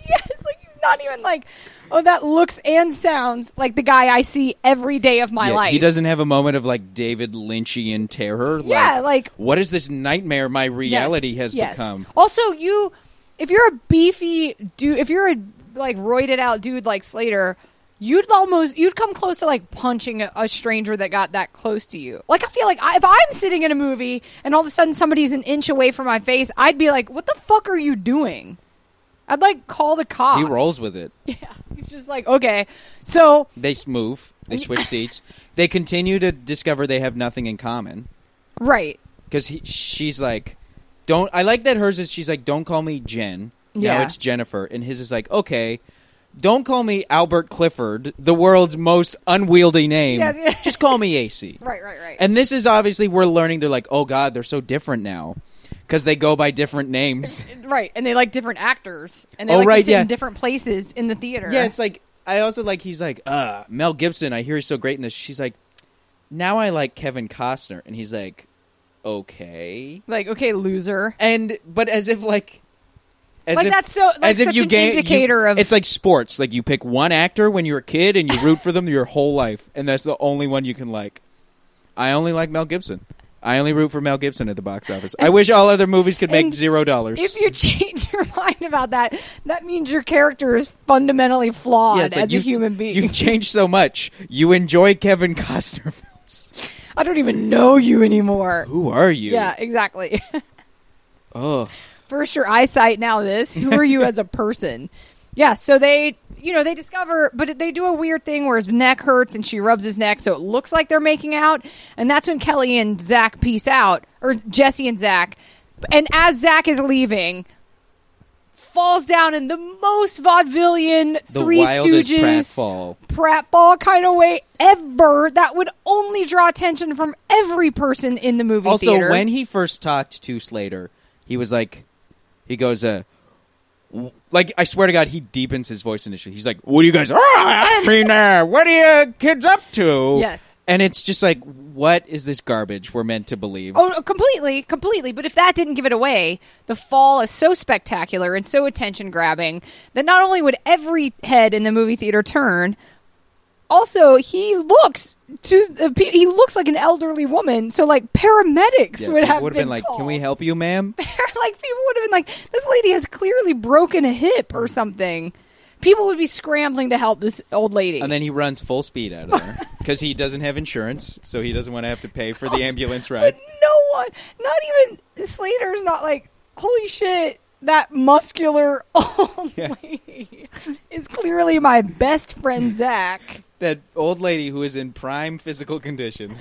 B: Yes, like he's not even like, oh, that looks and sounds like the guy I see every day of my
C: Yeah,
B: life.
C: He doesn't have a moment of like David Lynchian terror.
B: Yeah, like-
C: what is this nightmare my
B: Yes,
C: reality has
B: yes.
C: become?
B: Also, you, if you're a beefy dude, if you're a like roided out dude like Slater, you'd almost you'd come close to like punching a, a stranger that got that close to you. Like I feel like I, if I'm sitting in a movie and all of a sudden somebody's an inch away from my face, I'd be like, what the fuck are you doing? I'd like call the cops.
C: He rolls with it.
B: Yeah. He's just like, okay. So
C: They s- move. They switch seats. They continue to discover they have nothing in common
B: right.
C: because she's like, "Don't." I like that hers is she's like, "Don't call me Jen." Now
B: Yeah.
C: it's Jennifer, and his is like, "Okay." Don't call me Albert Clifford, the world's most unwieldy name.
B: Yeah, yeah.
C: Just call me AC.
B: Right, right, right.
C: And this is obviously we're learning. They're like, oh god, they're so different now because they go by different names.
B: right. And they like different actors. And they
C: Oh,
B: like
C: right,
B: to sit
C: yeah.
B: in different places in the theater.
C: yeah, it's like I also like he's like uh Mel Gibson. I hear he's so great in this. She's like, now I like Kevin Costner, and he's like, okay,
B: like, okay, loser.
C: and but as if like. As
B: Like,
C: if,
B: that's so- like,
C: as if
B: such
C: you
B: an
C: ga- you-
B: indicator of-
C: it's like sports. Like you pick one actor when you're a kid and you root for them your whole life, and that's the only one you can like. I only like Mel Gibson. I only root for Mel Gibson at the box office. I wish all other movies could make
B: and
C: zero dollars.
B: If you change your mind about that, that means your character is fundamentally flawed
C: Yeah, it's like
B: as a
C: you've-
B: human being.
C: You've changed so much. You enjoy Kevin Costner films.
B: I don't even know you anymore.
C: Who are you?
B: Yeah, exactly.
C: Oh,
B: First, your eyesight, now this. Who are you as a person? Yeah, so they, you know, they discover, but they do a weird thing where his neck hurts and she rubs his neck, so it looks like they're making out. And that's when Kelly and Zach peace out, or Jesse and Zach. And as Zach is leaving, falls down in the most vaudevillian
C: the
B: Three
C: wildest
B: Stooges
C: pratfall.
B: prat ball kind of way ever that would only draw attention from every person in the movie
C: Also,
B: theater.
C: when he first talked to Slater, he was like, he goes, uh, w- like I swear to God, he deepens his voice initially. He's like, "What do you guys? Ah, I mean, uh, what are you kids up to?"
B: Yes.
C: and it's just like, what is this garbage we're meant to believe?
B: Oh, no, completely, completely. But if that didn't give it away, the fall is so spectacular and so attention grabbing that not only would every head in the movie theater turn, also he looks to the, pe- he looks like an elderly woman. So like paramedics
C: Yeah,
B: would
C: people
B: have
C: would've
B: been,
C: like,
B: called.
C: "Can we help you, ma'am?"
B: like people would have been like, this lady has clearly broken a hip
C: Mm.
B: or something. People would be scrambling to help this old lady.
C: And then he runs full speed out of there because he doesn't have insurance, so he doesn't want to have to pay for the ambulance ride.
B: But no one, not even Slater's not like, holy shit, that muscular old
C: Yeah.
B: lady is clearly my best friend Zach,
C: That old lady who is in prime physical condition.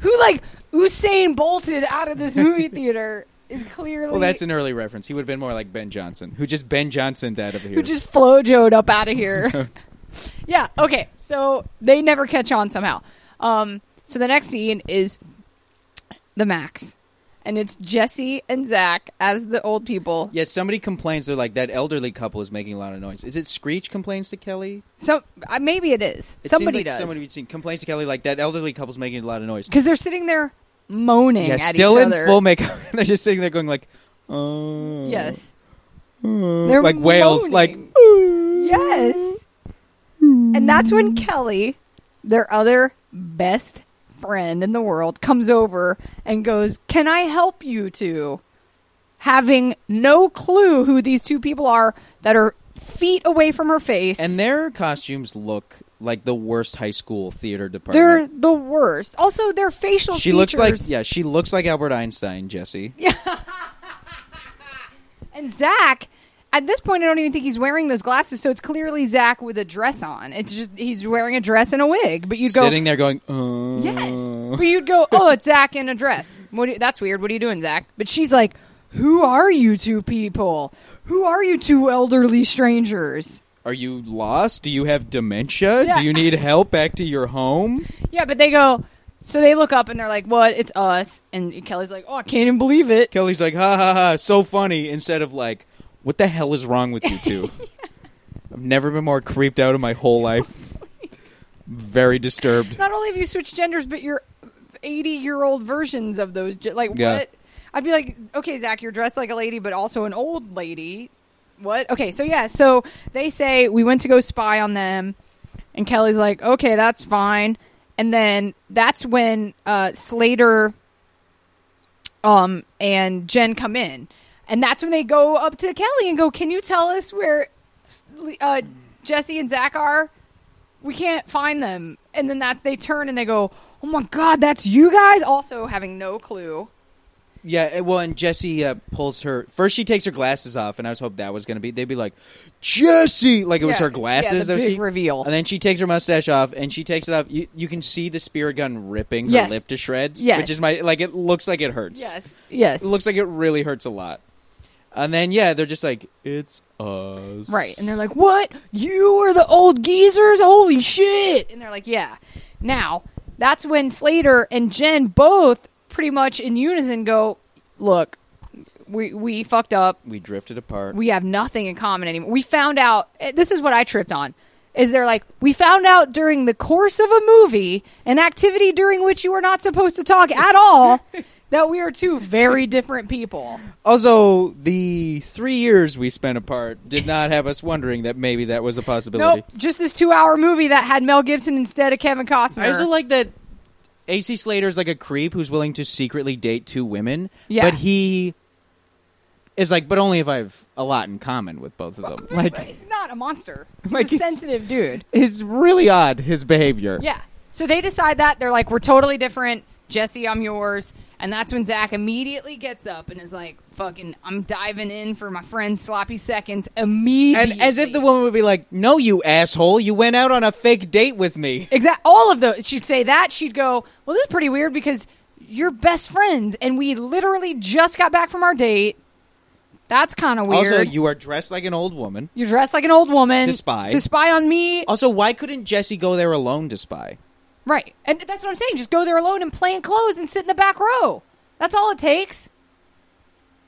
B: who like Usain bolted out of this movie theater is clearly
C: Well, that's an early reference. He would have been more like Ben Johnson, who just Ben Johnsoned out of here.
B: who just flojoed up out of here. yeah, okay. So they never catch on somehow. Um, so the next scene is the Max. And it's Jesse and Zach as the old people.
C: yeah, somebody complains. They're like, that elderly couple is making a lot of noise. Is it Screech complains to Kelly?
B: So uh, maybe it is.
C: It seems
B: somebody
C: like
B: does.
C: Somebody we've seen complains to Kelly like that elderly couple's making a lot of noise.
B: because they're sitting there moaning
C: Yeah,
B: at
C: still
B: each
C: in
B: other.
C: full makeup. They're just sitting there going like, oh.
B: yes,
C: oh,"
B: They're
C: like whales, like,
B: moaning. yes, and that's when Kelly, their other best friend in the world, comes over and goes, "Can I help you two?" Having no clue who these two people are that are feet away from her face,
C: And their costumes look like the worst high school theater
B: they're
C: department.
B: the worst. Also, their facial
C: she
B: features.
C: looks like yeah, she looks like Albert Einstein, Jesse.
B: And Zach, at this point, I don't even think he's wearing those glasses, so it's clearly Zach with a dress on. It's just he's wearing a dress and a wig. But you'd go,
C: Sitting there going, oh.
B: yes, but you'd go, oh, it's Zach in a dress. What? do you- that's weird. What are you doing, Zach? But she's like, who are you two people? Who are you two elderly strangers?
C: Are you lost? Do you have dementia?
B: Yeah.
C: Do you need help back to your home?
B: Yeah, but they go. So they look up and they're like, "What? It's us!" And Kelly's like, "Oh, I can't even believe it."
C: Kelly's like, ha ha ha, so funny, instead of like, what the hell is wrong with you two? I've never been more creeped out in my whole life. Very disturbed.
B: not only have you switched genders, but you're 80 year old versions of those. ge- Like,
C: Yeah.
B: what? I'd be like, okay, Zach, you're dressed like a lady, but also an old lady. What? Okay, so yeah, so they say we went to go spy on them, and Kelly's like, okay, that's fine. And then that's when uh, Slater um, and Jen come in. And that's when they go up to Kelly and go, Can you tell us where uh, Jesse and Zach are? We can't find them. And then that's, they turn and they go, Oh my God, that's you guys? Also having no clue.
C: Yeah, eh, well, and Jesse uh, pulls her. First, she takes her glasses off, and I was hoping that was going to be. They'd be like, Jesse! Like it was
I: Yeah,
C: her glasses.
B: yeah, the
C: that was
B: big
C: key.
B: reveal.
C: And then she takes her mustache off, and she takes it off. You, you can see the spear gun ripping her
B: Yes.
C: lip to shreds.
B: Yes.
C: Which is my. Like, it looks like it hurts.
B: Yes. Yes.
C: It looks like it really hurts a lot. And then, yeah, they're just like, it's us.
B: Right. And they're like, what? You are the old geezers? Holy shit. And they're like, yeah. Now, that's when Slater and Jen both pretty much in unison go, look, we, we fucked up.
C: We drifted apart.
B: We have nothing in common anymore. We found out, eh, this is what I tripped on. Is they're like, we found out during the course of a movie, an activity during which you are not supposed to talk at all, that we are two very different people.
C: also, the three years we spent apart did not have us wondering that maybe that was a possibility.
I: Nope, just this two-hour movie that had Mel Gibson instead of Kevin Costner.
C: I also like that AC Slater's like a creep who's willing to secretly date two women.
B: Yeah.
C: But he is like, but only if I have a lot in common with both of them. Like,
I: he's not a monster. He's
C: Like,
I: a
C: it's-
I: sensitive dude.
C: it's really odd, his behavior.
B: Yeah. So they decide that they're like, we're totally different. Jesse, I'm yours. And that's when Zach immediately gets up and is like, fucking, I'm diving in for my friend's sloppy seconds immediately.
C: And as if the woman would be like, no, you asshole, you went out on a fake date with me.
B: Exact. All of those. She'd say that. She'd go, well, this is pretty weird because you're best friends and we literally just got back from our date. That's kind of weird.
C: Also, you are dressed like an old woman.
B: you're dressed like an old woman
C: To spy.
B: To spy on me.
C: Also, why couldn't Jesse go there alone to spy?
B: Right. And that's what I'm saying. Just go there alone and plain clothes and sit in the back row. That's all it takes.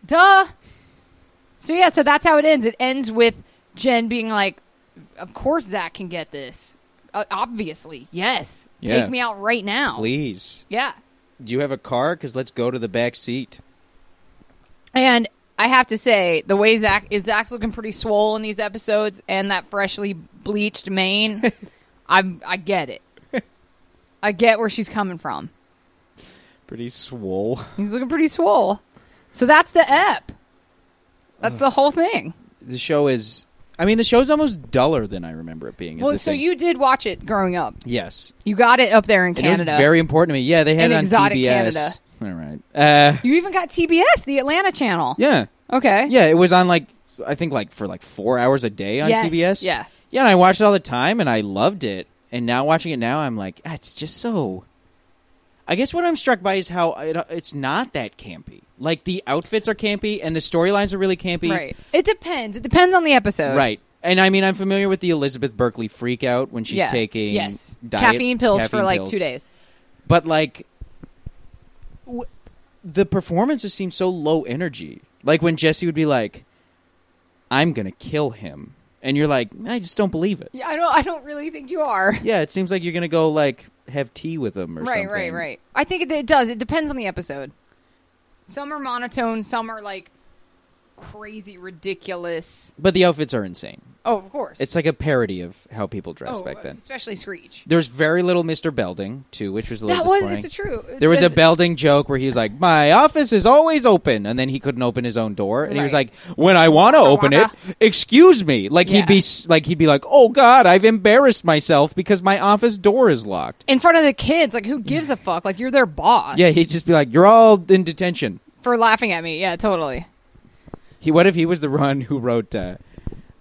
B: Duh. So, yeah, so that's how it ends. It ends with Jen being like, Of course, Zach can get this. Uh, obviously. Yes.
C: Yeah.
B: Take me out right now.
C: Please.
B: Yeah.
C: Do you have a car? Because let's go to the back seat.
B: And I have to say, the way Zach is Zach's looking pretty swole in these episodes, and that freshly bleached mane, I'm I get it. I get where she's coming from.
C: Pretty swole.
B: He's looking pretty swole. So that's the ep. That's the whole thing.
C: the show is I mean the show's almost duller than I remember it being. is
B: Well,
C: the
B: so
C: thing.
B: you did watch it growing up.
C: Yes.
B: You got it up there in
C: And It was
B: Canada.
C: very important to me. Yeah, they had
B: In
C: it on
B: exotic
C: TBS.
B: Canada.
C: All right. Uh,
B: you even got TBS, the Atlanta channel.
C: yeah.
B: Okay.
C: Yeah, it was on like I think like for like 4 hours a day on
B: Yes,
C: TBS.
B: yeah.
C: Yeah, and I watched it all the time and I loved it. And now watching it now I'm like, ah, it's just so I guess what I'm struck by is how it, it's not that campy. Like the outfits are campy and the storylines are really campy.
B: Right. It depends. It depends on the episode.
C: Right. And I mean, I'm familiar with the Elizabeth Berkeley freak out when she's
B: yeah.
C: taking
B: yes
C: diet-
B: caffeine pills for
C: caffeine
B: like
C: pills.
B: two days.
C: But like, w- the performances seem so low energy. Like when Jesse would be like, "I'm gonna kill him," and you're like, "I just don't believe it."
B: Yeah, I don't. I don't really think you are.
C: Yeah, it seems like you're gonna go like have tea with him or
B: right.
C: something.
B: Right. Right. I think it, it does. It depends on the episode. Some are monotone. Some are like crazy, ridiculous.
C: But the outfits are insane.
B: Oh, of course.
C: It's like a parody of how people dressed
B: oh,
C: back then.
B: especially Screech.
C: There's very little Mr. Belding too, which was a little
B: That was
C: disappointing.
B: it's a true.
C: There was a
B: it's-
C: Belding joke where he was like, "My office is always open," and then he couldn't open his own door, and he was
B: Right.
C: like, "When I want to open it, excuse me." Like
B: Yeah.
C: he'd be s- like he'd be like, "Oh God, I've embarrassed myself because my office door is locked."
B: in front of the kids. Like, who gives a fuck? Like, you're their boss.
C: Yeah, he'd just be like, "You're all in detention."
B: for laughing at me. Yeah, totally.
C: He what if he was the one who wrote uh,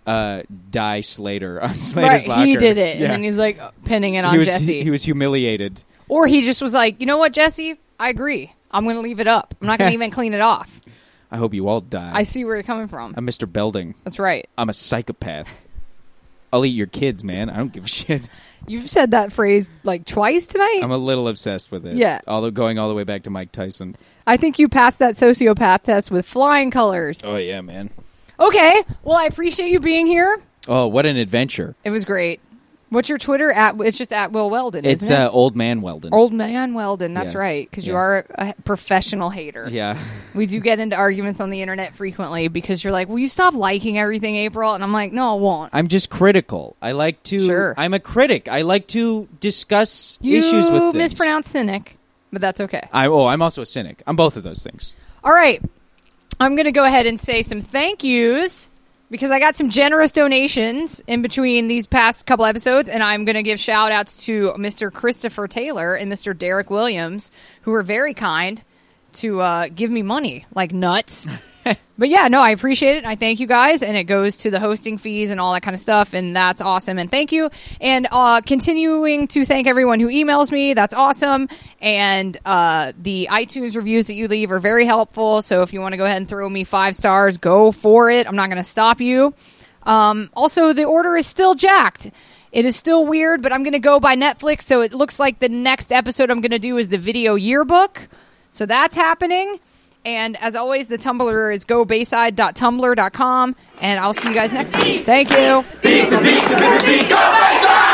C: uh, "Die Slater" on Slater's
B: right,
C: locker?
B: he did it,
C: Yeah.
B: and then he's like pinning it on
C: he was
B: Jesse,
C: he was humiliated.
B: or he just was like, you know what, Jesse, I agree. I'm going to leave it up. I'm not going to even clean it off.
C: I hope you all die.
B: I see where you're coming from.
C: I'm Mr. Belding.
B: That's right.
C: I'm a psychopath. I'll eat your kids, man. I don't give a shit.
I: You've said that phrase like twice tonight.
C: I'm a little obsessed with it.
I: Yeah.
C: Although going all the way back to Mike Tyson.
I: I think you passed that sociopath test with flying colors.
C: Oh yeah, man.
B: Okay. Well, I appreciate you being here.
C: Oh, what an adventure.
B: It was great. What's your Twitter at? It's just at Will Weldon.
C: It's
B: isn't it?
C: uh, old man Weldon.
B: Old man Weldon. That's
C: Yeah.
B: right. Because you
C: Yeah.
B: are a professional hater.
C: yeah.
B: We do get into arguments on the internet frequently because you're like, "Will you stop liking everything, April?" And I'm like, "No, I won't."
C: I'm just critical. I like to
B: Sure.
C: I'm a critic. I like to discuss
B: You
C: issues with things.
B: mispronounced cynic, but that's okay.
C: I oh, I'm also a cynic. I'm both of those things.
B: All right, I'm going to go ahead and say some thank yous because I got some generous donations in between these past couple episodes, and I'm going to give shout outs to Mr. Christopher Taylor and Mr. Derek Williams, who were very kind to uh, give me money like nuts. but yeah, no, I appreciate it. I thank you guys, and it goes to the hosting fees and all that kind of stuff, and that's awesome. And thank you, and uh, continuing to thank everyone who emails me. That's awesome, and uh, the iTunes reviews that you leave are very helpful. So if you want to go ahead and throw me five stars, go for it. I'm not going to stop you. Um, also, the order is still jacked. It is still weird, but I'm going to go by Netflix. So it looks like the next episode I'm going to do is the video yearbook. So that's happening. And as always, the Tumblr is gobayside.tumblr.com. And I'll see you guys next time. Thank you.
J: beat the beat the beat the beat, go Bayside!